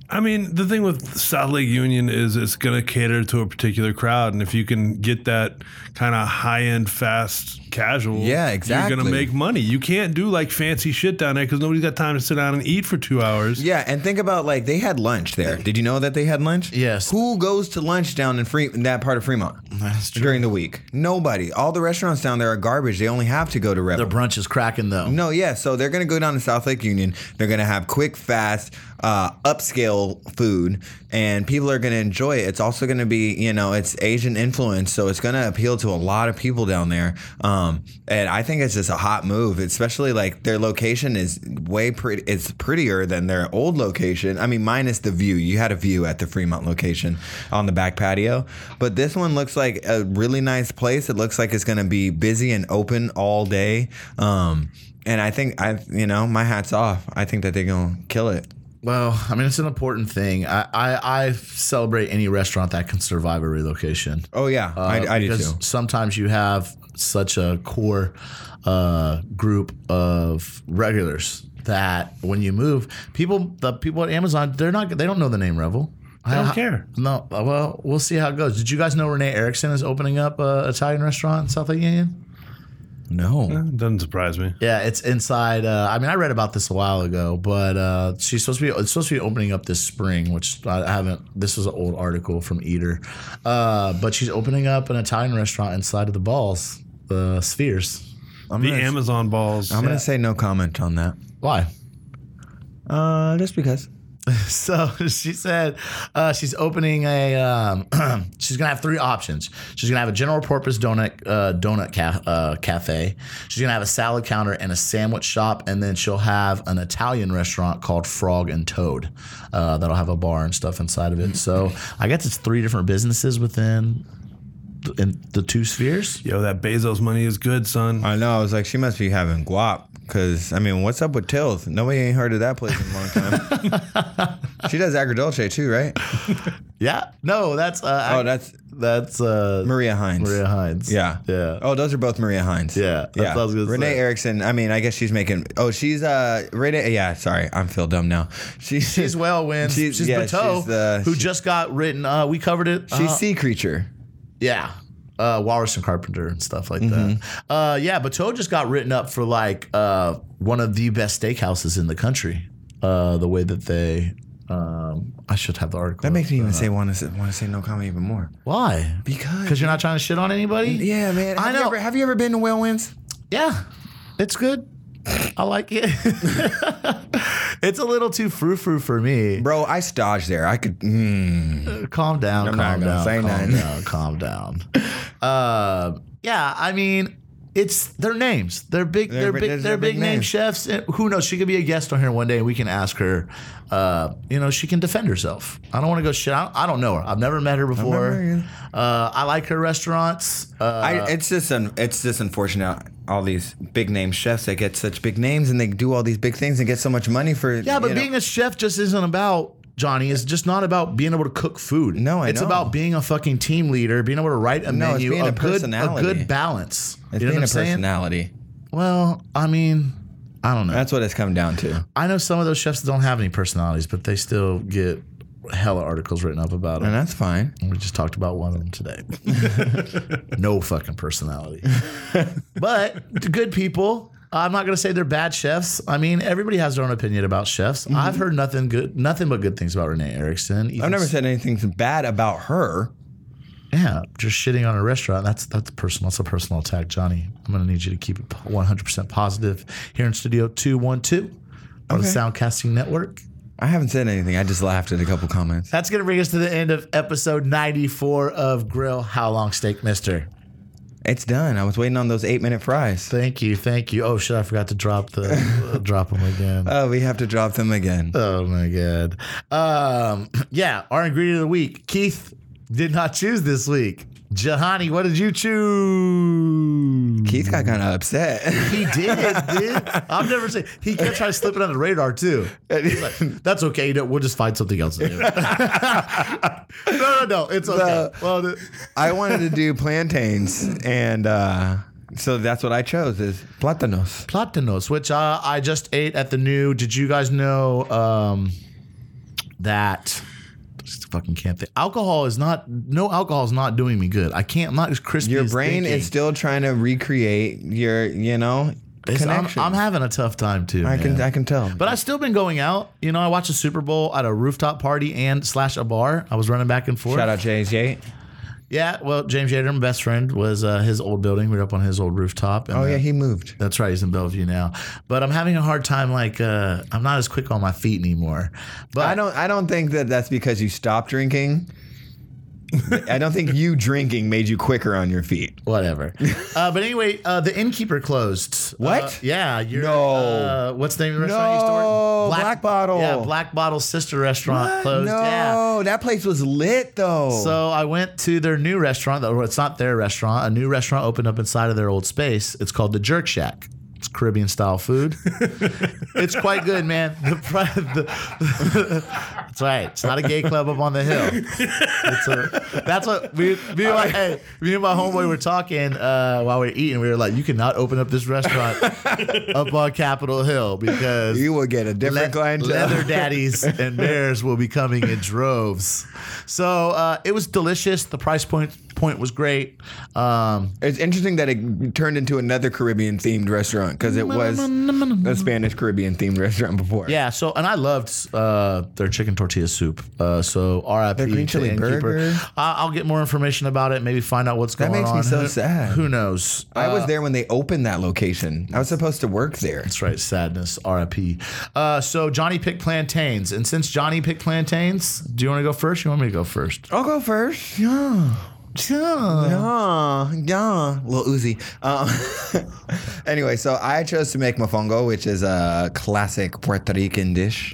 [SPEAKER 5] I mean, the thing with South Lake Union is it's going to cater to a particular crowd, and if you can get that kind of high-end, fast, casual,
[SPEAKER 4] Yeah,
[SPEAKER 5] you're going
[SPEAKER 4] exactly.
[SPEAKER 5] to make money. You can't do like fancy shit down there because nobody's got time to sit down and eat for two hours.
[SPEAKER 4] Yeah, and think about like they had lunch there. Did you know that they had lunch?
[SPEAKER 3] Yes.
[SPEAKER 4] Who goes to lunch down in, Fre- in that part of Fremont
[SPEAKER 3] That's true.
[SPEAKER 4] during the week? Nobody. All the restaurants down there are garbage. They only have to go to
[SPEAKER 3] Their
[SPEAKER 4] Rebel.
[SPEAKER 3] brunch is cracking though.
[SPEAKER 4] no, yeah. So they're gonna go down to South Lake Union. They're gonna have quick, fast, uh, upscale food, and people are gonna enjoy it. It's also gonna be, you know, it's Asian influence, so it's gonna appeal to a lot of people down there. Um, and I think it's just a hot move, especially like their location is way pretty. It's prettier than their old location. I mean, minus the view. You had a view at the Fremont location on the back patio, but this one looks like a really nice place. It looks like it's gonna be busy and open all day. Um, and I think I, you know, my hat's off. I think that they're gonna kill it.
[SPEAKER 3] Well, I mean, it's an important thing. I, I, I celebrate any restaurant that can survive a relocation.
[SPEAKER 4] Oh yeah,
[SPEAKER 3] Uh,
[SPEAKER 4] I, I do
[SPEAKER 3] because
[SPEAKER 4] too.
[SPEAKER 3] Sometimes you have such a core uh, group of regulars that when you move, people, the people at Amazon, they're not, they don't know the name Revel. I
[SPEAKER 5] don't care.
[SPEAKER 3] No, well, we'll see how it goes. Did you guys know Renee Erickson is opening up an Italian restaurant in South Lake Union?
[SPEAKER 4] No,
[SPEAKER 5] Doesn't surprise me.
[SPEAKER 3] Yeah, it's inside. Uh, I mean, I read about this a while ago, but uh, she's supposed to be it's supposed to be opening up this spring, which I haven't. This was an old article from Eater, uh, but she's opening up an Italian restaurant inside of the balls, the spheres.
[SPEAKER 4] I'm
[SPEAKER 5] The
[SPEAKER 4] gonna,
[SPEAKER 5] Amazon balls.
[SPEAKER 4] I'm gonna say no comment on that.
[SPEAKER 3] Why?
[SPEAKER 4] Uh, just because.
[SPEAKER 3] *laughs* So she said uh, she's opening a. Um, *clears throat* she's gonna have three options. She's gonna have a general purpose donut uh, donut ca- uh, cafe. She's gonna have a salad counter and a sandwich shop, and then she'll have an Italian restaurant called Frog and Toad uh, that'll have a bar and stuff inside of
[SPEAKER 4] Mm.
[SPEAKER 3] it. So I guess it's three different businesses within th- in the two spheres.
[SPEAKER 5] Yo, that Bezos money is good, son.
[SPEAKER 4] I know. I was like, she must be having guap. Cause I mean, what's up with Tills? Nobody ain't heard of that place in a long time.
[SPEAKER 3] *laughs*
[SPEAKER 4] she does agrodolce too, right?
[SPEAKER 3] Yeah. No, that's uh,
[SPEAKER 4] Oh, that's
[SPEAKER 3] that's uh,
[SPEAKER 4] Maria Hines.
[SPEAKER 3] Maria Hines.
[SPEAKER 4] Yeah.
[SPEAKER 3] Yeah.
[SPEAKER 4] Oh, those are both Maria Hines.
[SPEAKER 3] Yeah, that's
[SPEAKER 4] yeah.
[SPEAKER 3] what I was gonna
[SPEAKER 4] Renee
[SPEAKER 3] say.
[SPEAKER 4] Erickson. I mean, I guess she's making. Oh, she's uh, Renee. Yeah. Sorry, I'm feel dumb now. She's
[SPEAKER 3] She's well wins. She's,
[SPEAKER 4] She's- yeah,
[SPEAKER 3] Bateau,
[SPEAKER 4] she's the-
[SPEAKER 3] who
[SPEAKER 4] she-
[SPEAKER 3] just got written. Uh, we covered it.
[SPEAKER 4] She's
[SPEAKER 3] uh,
[SPEAKER 4] sea creature.
[SPEAKER 3] yeah. Uh, Walrus and Carpenter and stuff like
[SPEAKER 4] Mm-hmm.
[SPEAKER 3] that. Uh, yeah, Bateau just got written up for like uh, one of the best steakhouses in the country. Uh, the way that they, um, I should have the article.
[SPEAKER 4] That makes me even say want to want to say no comment even more.
[SPEAKER 3] why?
[SPEAKER 4] Because
[SPEAKER 3] Because you're not trying to shit on anybody.
[SPEAKER 4] yeah, man.
[SPEAKER 3] I
[SPEAKER 4] Have you
[SPEAKER 3] know.
[SPEAKER 4] ever- have you ever been to Whale Winds?
[SPEAKER 3] Yeah, it's good. I like it. *laughs* it's a little too frou frou for me.
[SPEAKER 4] Bro, I stodged there. I could. Mm.
[SPEAKER 3] calm down,
[SPEAKER 4] I'm
[SPEAKER 3] calm down,
[SPEAKER 4] not gonna say
[SPEAKER 3] calm
[SPEAKER 4] nothing.
[SPEAKER 3] down, calm down. Uh, yeah, I mean, it's their names. They're big. They're,
[SPEAKER 4] They're-
[SPEAKER 3] big. They're,
[SPEAKER 4] they're- they're
[SPEAKER 3] big
[SPEAKER 4] big
[SPEAKER 3] name
[SPEAKER 4] names.
[SPEAKER 3] chefs. And who knows? She could be a guest on here one day, and we can ask her. Uh, you know, she can defend herself. I don't want to go shit. I don't, I don't know her. I've never met her before. uh, I like her restaurants. Uh,
[SPEAKER 4] I, it's just un, it's just unfortunate all these big name chefs that get such big names and they do all these big things and get so much money for
[SPEAKER 3] yeah, but being a chef just isn't about. Johnny It's just not about being able to cook food.
[SPEAKER 4] No, I
[SPEAKER 3] it's
[SPEAKER 4] know.
[SPEAKER 3] about being a fucking team leader, being able to write a
[SPEAKER 4] No, it's
[SPEAKER 3] menu,
[SPEAKER 4] being
[SPEAKER 3] a,
[SPEAKER 4] a
[SPEAKER 3] good, a
[SPEAKER 4] personality.
[SPEAKER 3] good balance. you
[SPEAKER 4] it's
[SPEAKER 3] know
[SPEAKER 4] being
[SPEAKER 3] what
[SPEAKER 4] a
[SPEAKER 3] I'm saying?
[SPEAKER 4] personality.
[SPEAKER 3] Well, I mean, I don't know.
[SPEAKER 4] That's what it's come down to.
[SPEAKER 3] I know some of those chefs that don't have any personalities, but they still get hella articles written up about
[SPEAKER 4] And
[SPEAKER 3] them.
[SPEAKER 4] that's fine.
[SPEAKER 3] We just talked about one of them today.
[SPEAKER 4] *laughs*
[SPEAKER 3] no fucking personality. but good people. I'm not gonna say they're bad chefs. I mean, everybody has their own opinion about chefs. I've heard nothing good, nothing but good things about Renee Erickson.
[SPEAKER 4] Mm-hmm. I've never said anything bad about her.
[SPEAKER 3] yeah, just shitting on a restaurant. That's that's personal. That's a personal attack, Johnny. I'm gonna need you to keep it 100% positive here in Studio 212 on the
[SPEAKER 4] Okay.
[SPEAKER 3] Soundcasting Network.
[SPEAKER 4] I haven't said anything. I just laughed at a couple comments.
[SPEAKER 3] That's gonna bring us to the end of episode 94 of Grill How Long Steak Mister.
[SPEAKER 4] It's done. I was waiting on those eight minute fries.
[SPEAKER 3] Thank you, thank you. Oh shit, I forgot to drop the *laughs* uh, drop them again.
[SPEAKER 4] Oh, we have to drop them again.
[SPEAKER 3] Oh my *clears throat* god. Um, yeah, our ingredient of the week. Keith did not choose this week. Jahani, what did you choose?
[SPEAKER 4] Keith got kind of upset. *laughs*
[SPEAKER 3] He did, dude. I've never seen. He kept trying to slip it under the radar too. He's like, That's okay. No, we'll just find something else to do. *laughs* no, no, no. It's okay.
[SPEAKER 4] The-
[SPEAKER 3] well, the-
[SPEAKER 4] I wanted to do plantains, and uh, so that's what I chose is platanos.
[SPEAKER 3] platanos, which uh, I just ate at the new. Did you guys know um, that? Just fucking can't think. Alcohol is not. No alcohol is not doing me good. I can't. I'm not as crispy.
[SPEAKER 4] Your
[SPEAKER 3] as
[SPEAKER 4] brain
[SPEAKER 3] thinking.
[SPEAKER 4] is still trying to recreate your, you know,
[SPEAKER 3] It's- I'm,
[SPEAKER 4] connection.
[SPEAKER 3] I'm having a tough time too.
[SPEAKER 4] I can,
[SPEAKER 3] man.
[SPEAKER 4] I can tell.
[SPEAKER 3] But I've still been going out. You know, I watched the Super Bowl at a rooftop party and slash a bar. I was running back and forth.
[SPEAKER 4] shout out Jay's Yate.
[SPEAKER 3] Yeah, well, James Yader, my best friend, was uh, his old building. We were up on his old rooftop. And
[SPEAKER 4] Oh
[SPEAKER 3] uh,
[SPEAKER 4] yeah, he moved.
[SPEAKER 3] that's right. He's in Bellevue now. But I'm having a hard time. Like, uh, I'm not as quick on my feet anymore. But
[SPEAKER 4] I don't, I don't think that that's because you stopped drinking. I don't think you drinking made you quicker on your feet. *laughs*
[SPEAKER 3] whatever. uh, but anyway, uh, the innkeeper closed.
[SPEAKER 4] What?
[SPEAKER 3] Uh, yeah. You're,
[SPEAKER 4] No.
[SPEAKER 3] Uh, what's the name of the restaurant you used to
[SPEAKER 4] No,
[SPEAKER 3] work?
[SPEAKER 4] Black Bottle.
[SPEAKER 3] Yeah, Black Bottle sister restaurant closed.
[SPEAKER 4] Uh, no,
[SPEAKER 3] Yeah.
[SPEAKER 4] that place was lit though.
[SPEAKER 3] So I went to their new restaurant. though It's not their restaurant. A new restaurant opened up inside of their old space. It's called the Jerk Shack. It's Caribbean style food. it's quite good, man. The, pri- *laughs* the, that's right. It's not a gay club up on the hill. It's a, that's what we, me, and my, hey, me and my homeboy were talking uh, while we were eating. We were like, you cannot open up this restaurant up on Capitol Hill because
[SPEAKER 4] you will get a different
[SPEAKER 3] Le-
[SPEAKER 4] clientele.
[SPEAKER 3] Leather daddies
[SPEAKER 4] *laughs*
[SPEAKER 3] and bears will be coming in droves. So uh, it was delicious. The price point point was great. Um,
[SPEAKER 4] It's interesting that it turned into another Caribbean themed restaurant because it was a Spanish Caribbean themed restaurant before.
[SPEAKER 3] yeah. So and I loved uh, their chicken tortilla soup. Uh, so RIP
[SPEAKER 4] Their green
[SPEAKER 3] to
[SPEAKER 4] chili
[SPEAKER 3] Innkeeper.
[SPEAKER 4] burger.
[SPEAKER 3] I- I'll get more information about it. Maybe find out what's
[SPEAKER 4] That
[SPEAKER 3] going
[SPEAKER 4] makes
[SPEAKER 3] on.
[SPEAKER 4] me so
[SPEAKER 3] Who-
[SPEAKER 4] sad.
[SPEAKER 3] Who knows?
[SPEAKER 4] I was there when they opened that location. I was supposed to work there.
[SPEAKER 3] That's right, sadness, RIP. Uh, so Johnny picked plantains, and since Johnny picked plantains, do you want to go first? You want me to go first?
[SPEAKER 4] I'll go first. Yeah. Yeah. Yeah. Little Uzi. Um, *laughs* anyway, so I chose to make mofongo, which is a classic Puerto Rican dish.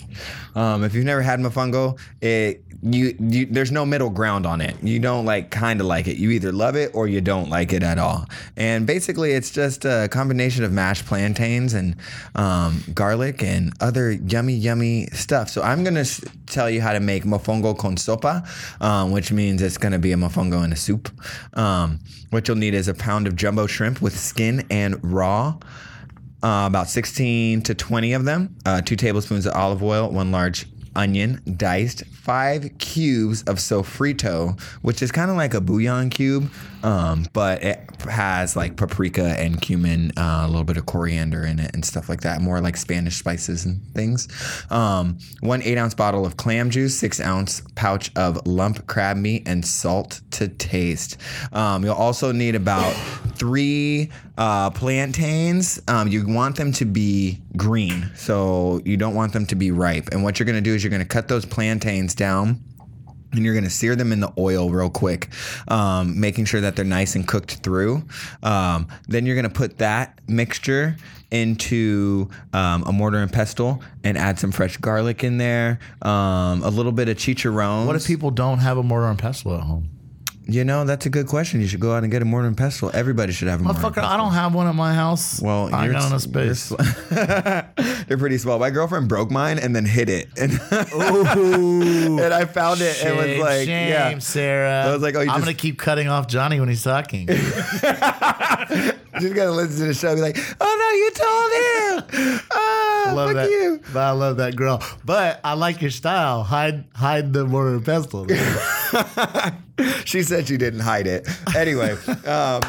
[SPEAKER 4] Um, if you've never had mofongo, it you, you there's no middle ground on it. You don't like kind of like it. You either love it or you don't like it at all. And basically, it's just a combination of mashed plantains and um, garlic and other yummy, yummy stuff. So I'm gonna s- tell you how to make mofongo con sopa, um, which means it's gonna be a mofongo in a soup. Um, what you'll need is a pound of jumbo shrimp with skin and raw. Uh, about 16 to 20 of them, uh, two tablespoons of olive oil, one large onion diced, five cubes of sofrito, which is kind of like a bouillon cube, um, but it has like paprika and cumin, uh, a little bit of coriander in it and stuff like that, more like Spanish spices and things. Um, one eight ounce bottle of clam juice, six ounce pouch of lump crab meat, and salt to taste. Um, you'll also need about three uh, plantains. Um, you want them to be green, so you don't want them to be ripe. And what you're gonna do is you're gonna cut those plantains down and you're going to sear them in the oil real quick, um, making sure that they're nice and cooked through. Um, then you're going to put that mixture into um, a mortar and pestle and add some fresh garlic in there, um, a little bit of chicharron.
[SPEAKER 3] What if people don't have a mortar and pestle at home?
[SPEAKER 4] You know, that's a good question. You should go out and get a mortar and pestle. Everybody should have a mortar. and
[SPEAKER 3] Motherfucker, I don't have one at my house.
[SPEAKER 4] Well,
[SPEAKER 3] I
[SPEAKER 4] you're
[SPEAKER 3] got
[SPEAKER 4] s-
[SPEAKER 3] no space.
[SPEAKER 4] pestle. They're pretty small. My girlfriend broke mine and then hid it, *laughs* and, and I found *laughs* it and was like,
[SPEAKER 3] shame,
[SPEAKER 4] yeah.
[SPEAKER 3] Sarah.
[SPEAKER 4] I was like, oh, you
[SPEAKER 3] I'm
[SPEAKER 4] just-
[SPEAKER 3] gonna keep cutting off Johnny when he's
[SPEAKER 4] *laughs*
[SPEAKER 3] talking.
[SPEAKER 4] Just gotta listen to the show and be like, oh no, you told him.
[SPEAKER 3] *laughs*
[SPEAKER 4] Oh,
[SPEAKER 3] love
[SPEAKER 4] fuck
[SPEAKER 3] that.
[SPEAKER 4] you.
[SPEAKER 3] But I love that girl. But I like your style. Hide, hide the mortar and
[SPEAKER 4] *laughs*
[SPEAKER 3] pestle.
[SPEAKER 4] She said she didn't hide it.
[SPEAKER 3] *laughs*
[SPEAKER 4] Anyway, um,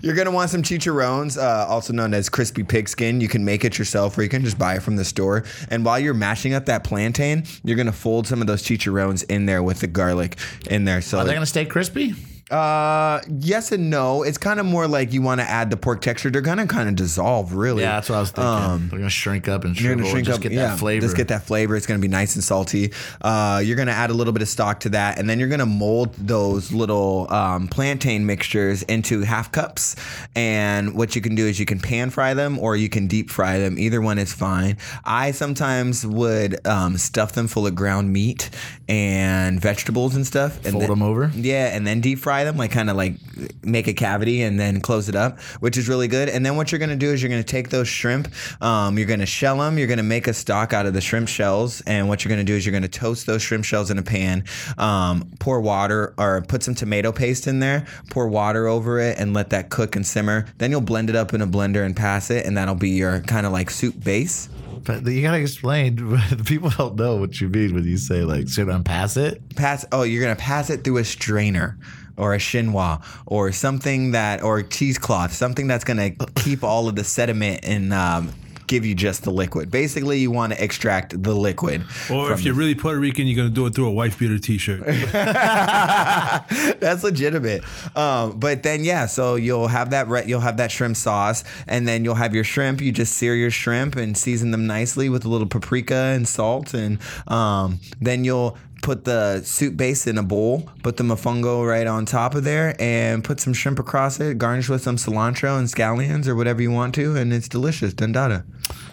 [SPEAKER 4] you're gonna want some chicharrones, uh, also known as crispy pig skin. You can make it yourself, or you can just buy it from the store. And while you're mashing up that plantain, you're gonna fold some of those chicharrones in there with the garlic in there. So
[SPEAKER 3] Are they gonna stay crispy?
[SPEAKER 4] Uh, yes and no. It's kind of more like you want to add the pork texture. They're gonna kind of dissolve, really. Um,
[SPEAKER 3] Yeah, that's what I was thinking. They're gonna shrink up and
[SPEAKER 4] You're
[SPEAKER 3] shrivel.
[SPEAKER 4] gonna
[SPEAKER 3] and
[SPEAKER 4] shrink
[SPEAKER 3] just
[SPEAKER 4] up,
[SPEAKER 3] get
[SPEAKER 4] yeah.
[SPEAKER 3] that flavor.
[SPEAKER 4] Just get that flavor. It's gonna be nice and salty. Uh, you're gonna add a little bit of stock to that, and then you're gonna mold those little um, plantain mixtures into half cups. And what you can do is you can pan fry them or you can deep fry them. Either one is fine. I sometimes would um, stuff them full of ground meat and vegetables and stuff. And
[SPEAKER 3] Fold
[SPEAKER 4] then-
[SPEAKER 3] them over?
[SPEAKER 4] *laughs* Yeah, and then deep fry fry them, like kind of like make a cavity and then close it up, which is really good. And then what you're gonna do is you're gonna take those shrimp, um, you're gonna shell them, you're gonna make a stock out of the shrimp shells, and what you're gonna do is you're gonna toast those shrimp shells in a pan, um, pour water or put some tomato paste in there, pour water over it, and let that cook and simmer. Then you'll blend it up in a blender and pass it, and that'll be your kind of like soup base.
[SPEAKER 3] But you gotta explain. *laughs* The people don't know what you mean when you say like should I pass it.
[SPEAKER 4] pass oh you're gonna pass it through a strainer or a chinois or something that or cheesecloth something that's gonna keep all of the sediment and um, give you just the liquid basically you want to extract the liquid
[SPEAKER 5] Or if you're really Puerto Rican, you're gonna do it through a wife
[SPEAKER 4] *laughs*
[SPEAKER 5] beater T-shirt.
[SPEAKER 4] that's legitimate um, but then yeah so you'll have that re- you'll have that shrimp sauce and then you'll have your shrimp you just sear your shrimp and season them nicely with a little paprika and salt and um, then you'll put the soup base in a bowl, put the mofongo right on top of there, and put some shrimp across it, garnish with some cilantro and scallions or whatever you want to, and it's delicious. Dendata.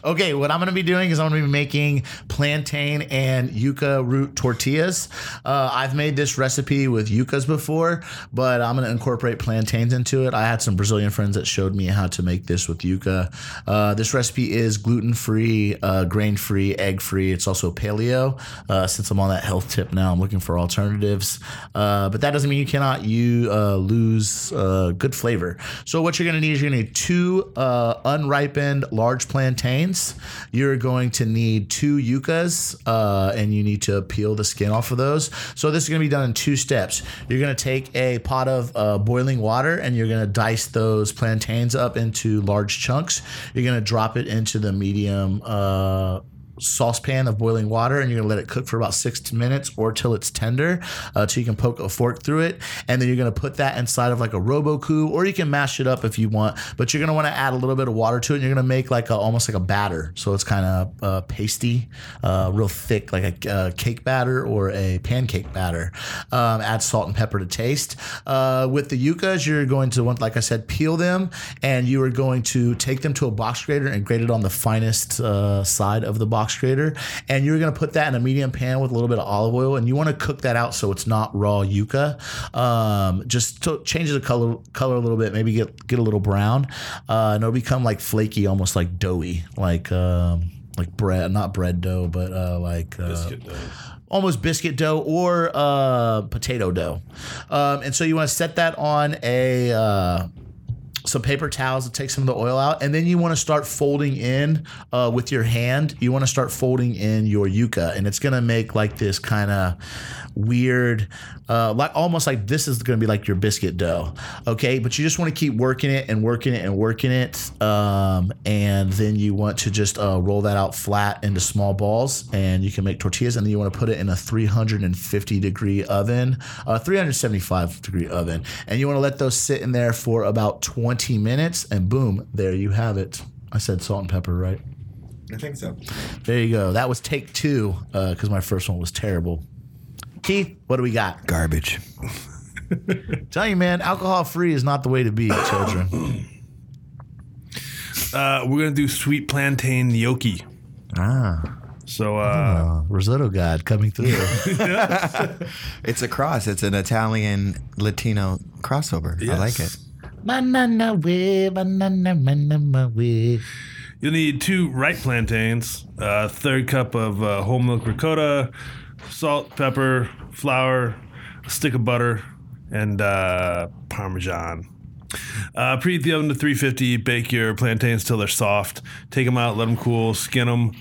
[SPEAKER 3] Okay, what I'm gonna be doing is I'm gonna be making plantain and yuca root tortillas. Uh, I've made this recipe with yucas before, but I'm gonna incorporate plantains into it. I had some Brazilian friends that showed me how to make this with yuca. Uh, this recipe is gluten free, uh, grain free, egg free. It's also paleo. Uh, since I'm on that health tip now, I'm looking for alternatives. Uh, but that doesn't mean you cannot you uh, lose uh, good flavor. So what you're gonna need is you're gonna need two uh, unripened large plantains. You're going to need two yuccas, uh, and you need to peel the skin off of those. So this is going to be done in two steps. You're going to take a pot of uh, boiling water, and you're going to dice those plantains up into large chunks. You're going to drop it into the medium. Uh, saucepan of boiling water and you're gonna let it cook for about six minutes or till it's tender uh, till you can poke a fork through it and then you're gonna put that inside of like a robocoup or you can mash it up if you want but you're gonna want to add a little bit of water to it and you're gonna make like a, almost like a batter so it's kind of uh, pasty uh, real thick like a uh, cake batter or a pancake batter um, add salt and pepper to taste uh, with the yuccas you're going to want like I said peel them and you are going to take them to a box grater and grate it on the finest uh, side of the box grater. And you're going to put that in a medium pan with a little bit of olive oil. And you want to cook that out so it's not raw yuca. Um, just to change the color color a little bit, maybe get get a little brown. Uh, and it'll become like flaky, almost like doughy, like. Um, like bread, not bread dough, but uh, like uh, almost biscuit dough or uh, potato dough. Um, and so you want to set that on a uh, some paper towels to take some of the oil out, and then you want to start folding in uh, with your hand. You want to start folding in your yuca, and it's gonna make like this kind of weird, uh, like almost like this is gonna be like your biscuit dough, okay? But you just want to keep working it and working it and working it, um, and then you want to just uh, roll that out flat into small balls, and you can make tortillas, and then you want to put it in a 350 degree oven, uh, 375 degree oven, and you want to let those sit in there for about 20 minutes, and boom, there you have it. I said salt and pepper, right?
[SPEAKER 4] I think so.
[SPEAKER 3] There you go. That was take two because my first one was terrible. Keith, what do we got?
[SPEAKER 4] Garbage.
[SPEAKER 3] *laughs* Tell you, man, alcohol free is not the way to be, children.
[SPEAKER 5] Uh, we're gonna do sweet plantain gnocchi.
[SPEAKER 4] *coughs* Ah.
[SPEAKER 5] So uh,
[SPEAKER 3] Uh, risotto God coming through.
[SPEAKER 4] It's a cross. It's an Italian Latino crossover. I like it.
[SPEAKER 3] *laughs* banana way, banana, banana way.
[SPEAKER 5] you'll need two ripe plantains, a third cup of uh, whole milk ricotta, salt, pepper, flour, a stick of butter, and uh, parmesan. Uh, preheat the oven to 350. Bake your plantains till they're soft. Take them out, let them cool, skin them,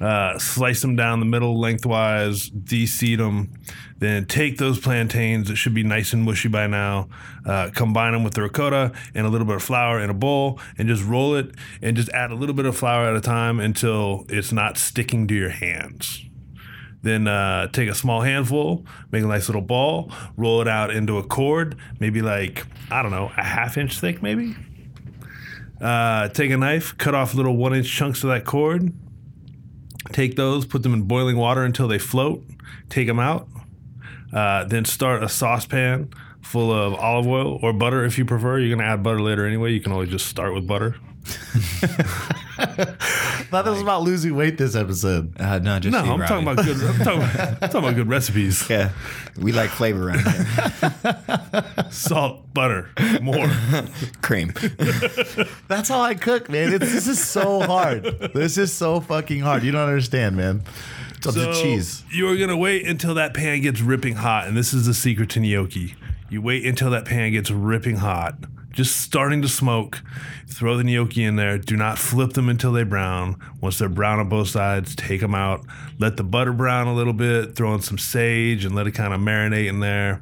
[SPEAKER 5] uh, slice them down the middle lengthwise, de-seed them. Then take those plantains that should be nice and mushy by now. Uh, combine them with the ricotta and a little bit of flour in a bowl, and just roll it and just add a little bit of flour at a time until it's not sticking to your hands. Then uh, take a small handful, make a nice little ball, roll it out into a cord, maybe like, I don't know, a half inch thick, maybe. Uh, take a knife, cut off little one inch chunks of that cord. Take those, put them in boiling water until they float. Take them out. Uh, then start a saucepan full of olive oil or butter if you prefer. You're going to add butter later anyway. You can always just start with butter.
[SPEAKER 3] thought this was about losing weight this episode.
[SPEAKER 4] Uh, no, just
[SPEAKER 5] No,
[SPEAKER 4] you,
[SPEAKER 5] I'm talking
[SPEAKER 4] Robbie.
[SPEAKER 5] about good. I'm talking, I'm talking about good recipes.
[SPEAKER 4] *laughs* Yeah, we like flavor around here.
[SPEAKER 5] Salt, butter, more.
[SPEAKER 4] Cream.
[SPEAKER 3] That's how I cook, man. It's, this is so hard. This is so fucking hard. You don't understand, man. It's up to cheese.
[SPEAKER 5] You are gonna wait until that pan gets ripping hot, and this is the secret to gnocchi. You wait until that pan gets ripping hot, just starting to smoke. Throw the gnocchi in there. Do not flip them until they brown. Once they're brown on both sides, take them out. Let the butter brown a little bit. Throw in some sage and let it kind of marinate in there.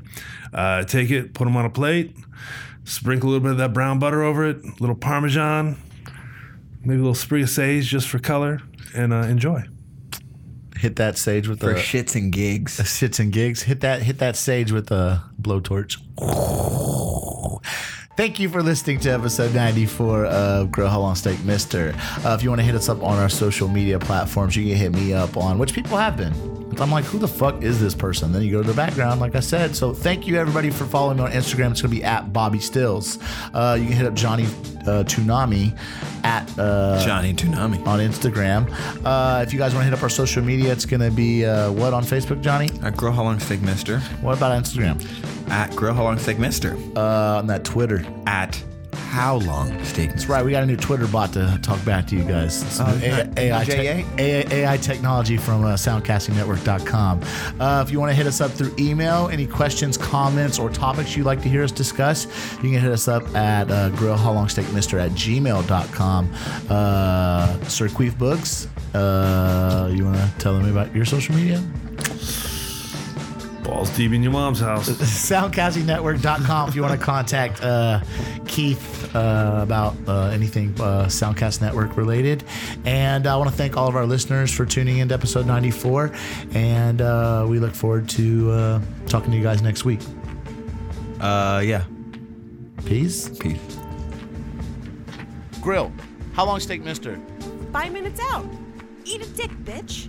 [SPEAKER 5] Uh, take it, put them on a plate. Sprinkle a little bit of that brown butter over it. A little parmesan, maybe a little sprig of sage just for color, and uh, enjoy.
[SPEAKER 3] Hit that sage with
[SPEAKER 4] For
[SPEAKER 3] the
[SPEAKER 4] shits and gigs.
[SPEAKER 3] shits and gigs. Hit that hit that sage with a blowtorch. Thank you for listening to episode 94 of Grow How Long Steak Mister. Uh, if you want to hit us up on our social media platforms, you can hit me up on, which people have been. I'm like, who the fuck is this person? Then you go to the background, like I said. So thank you everybody for following me on Instagram. It's going to be at Bobby Stills. Uh, you can hit up Johnny uh, Toonami at uh,
[SPEAKER 4] Johnny Tsunami.
[SPEAKER 3] on Instagram. Uh, if you guys want to hit up our social media, it's going to be uh, what on Facebook, Johnny?
[SPEAKER 4] At Grow How Long Steak Mister.
[SPEAKER 3] What about Instagram?
[SPEAKER 4] At Grow How Long Steak Mister.
[SPEAKER 3] Uh, on that Twitter.
[SPEAKER 4] At How Long Steak Mister.
[SPEAKER 3] That's right. We got a new Twitter bot to talk back to you guys. It's
[SPEAKER 4] Oh,
[SPEAKER 3] new
[SPEAKER 4] not-
[SPEAKER 3] AI,
[SPEAKER 4] not
[SPEAKER 3] tech-
[SPEAKER 4] JA?
[SPEAKER 3] AI AI technology from uh, soundcastingnetwork.com. Uh, if you want to hit us up through email, any questions, comments, or topics you'd like to hear us discuss, you can hit us up at uh, grillhowlongsteakmister at gmail.com. Uh, Sir Queef Books, uh, you want to tell them about your social media?
[SPEAKER 5] Balls deep in your mom's house.
[SPEAKER 3] soundcastingnetwork.com if you want to contact uh, Keith uh, about uh, anything uh, Soundcast Network related. And I want to thank all of our listeners for tuning in to episode 94. And uh, we look forward to uh, talking to you guys next week.
[SPEAKER 4] Uh, yeah.
[SPEAKER 3] Peace.
[SPEAKER 4] Peace.
[SPEAKER 3] Grill. How long steak, mister?
[SPEAKER 6] Five minutes out. Eat a dick, bitch.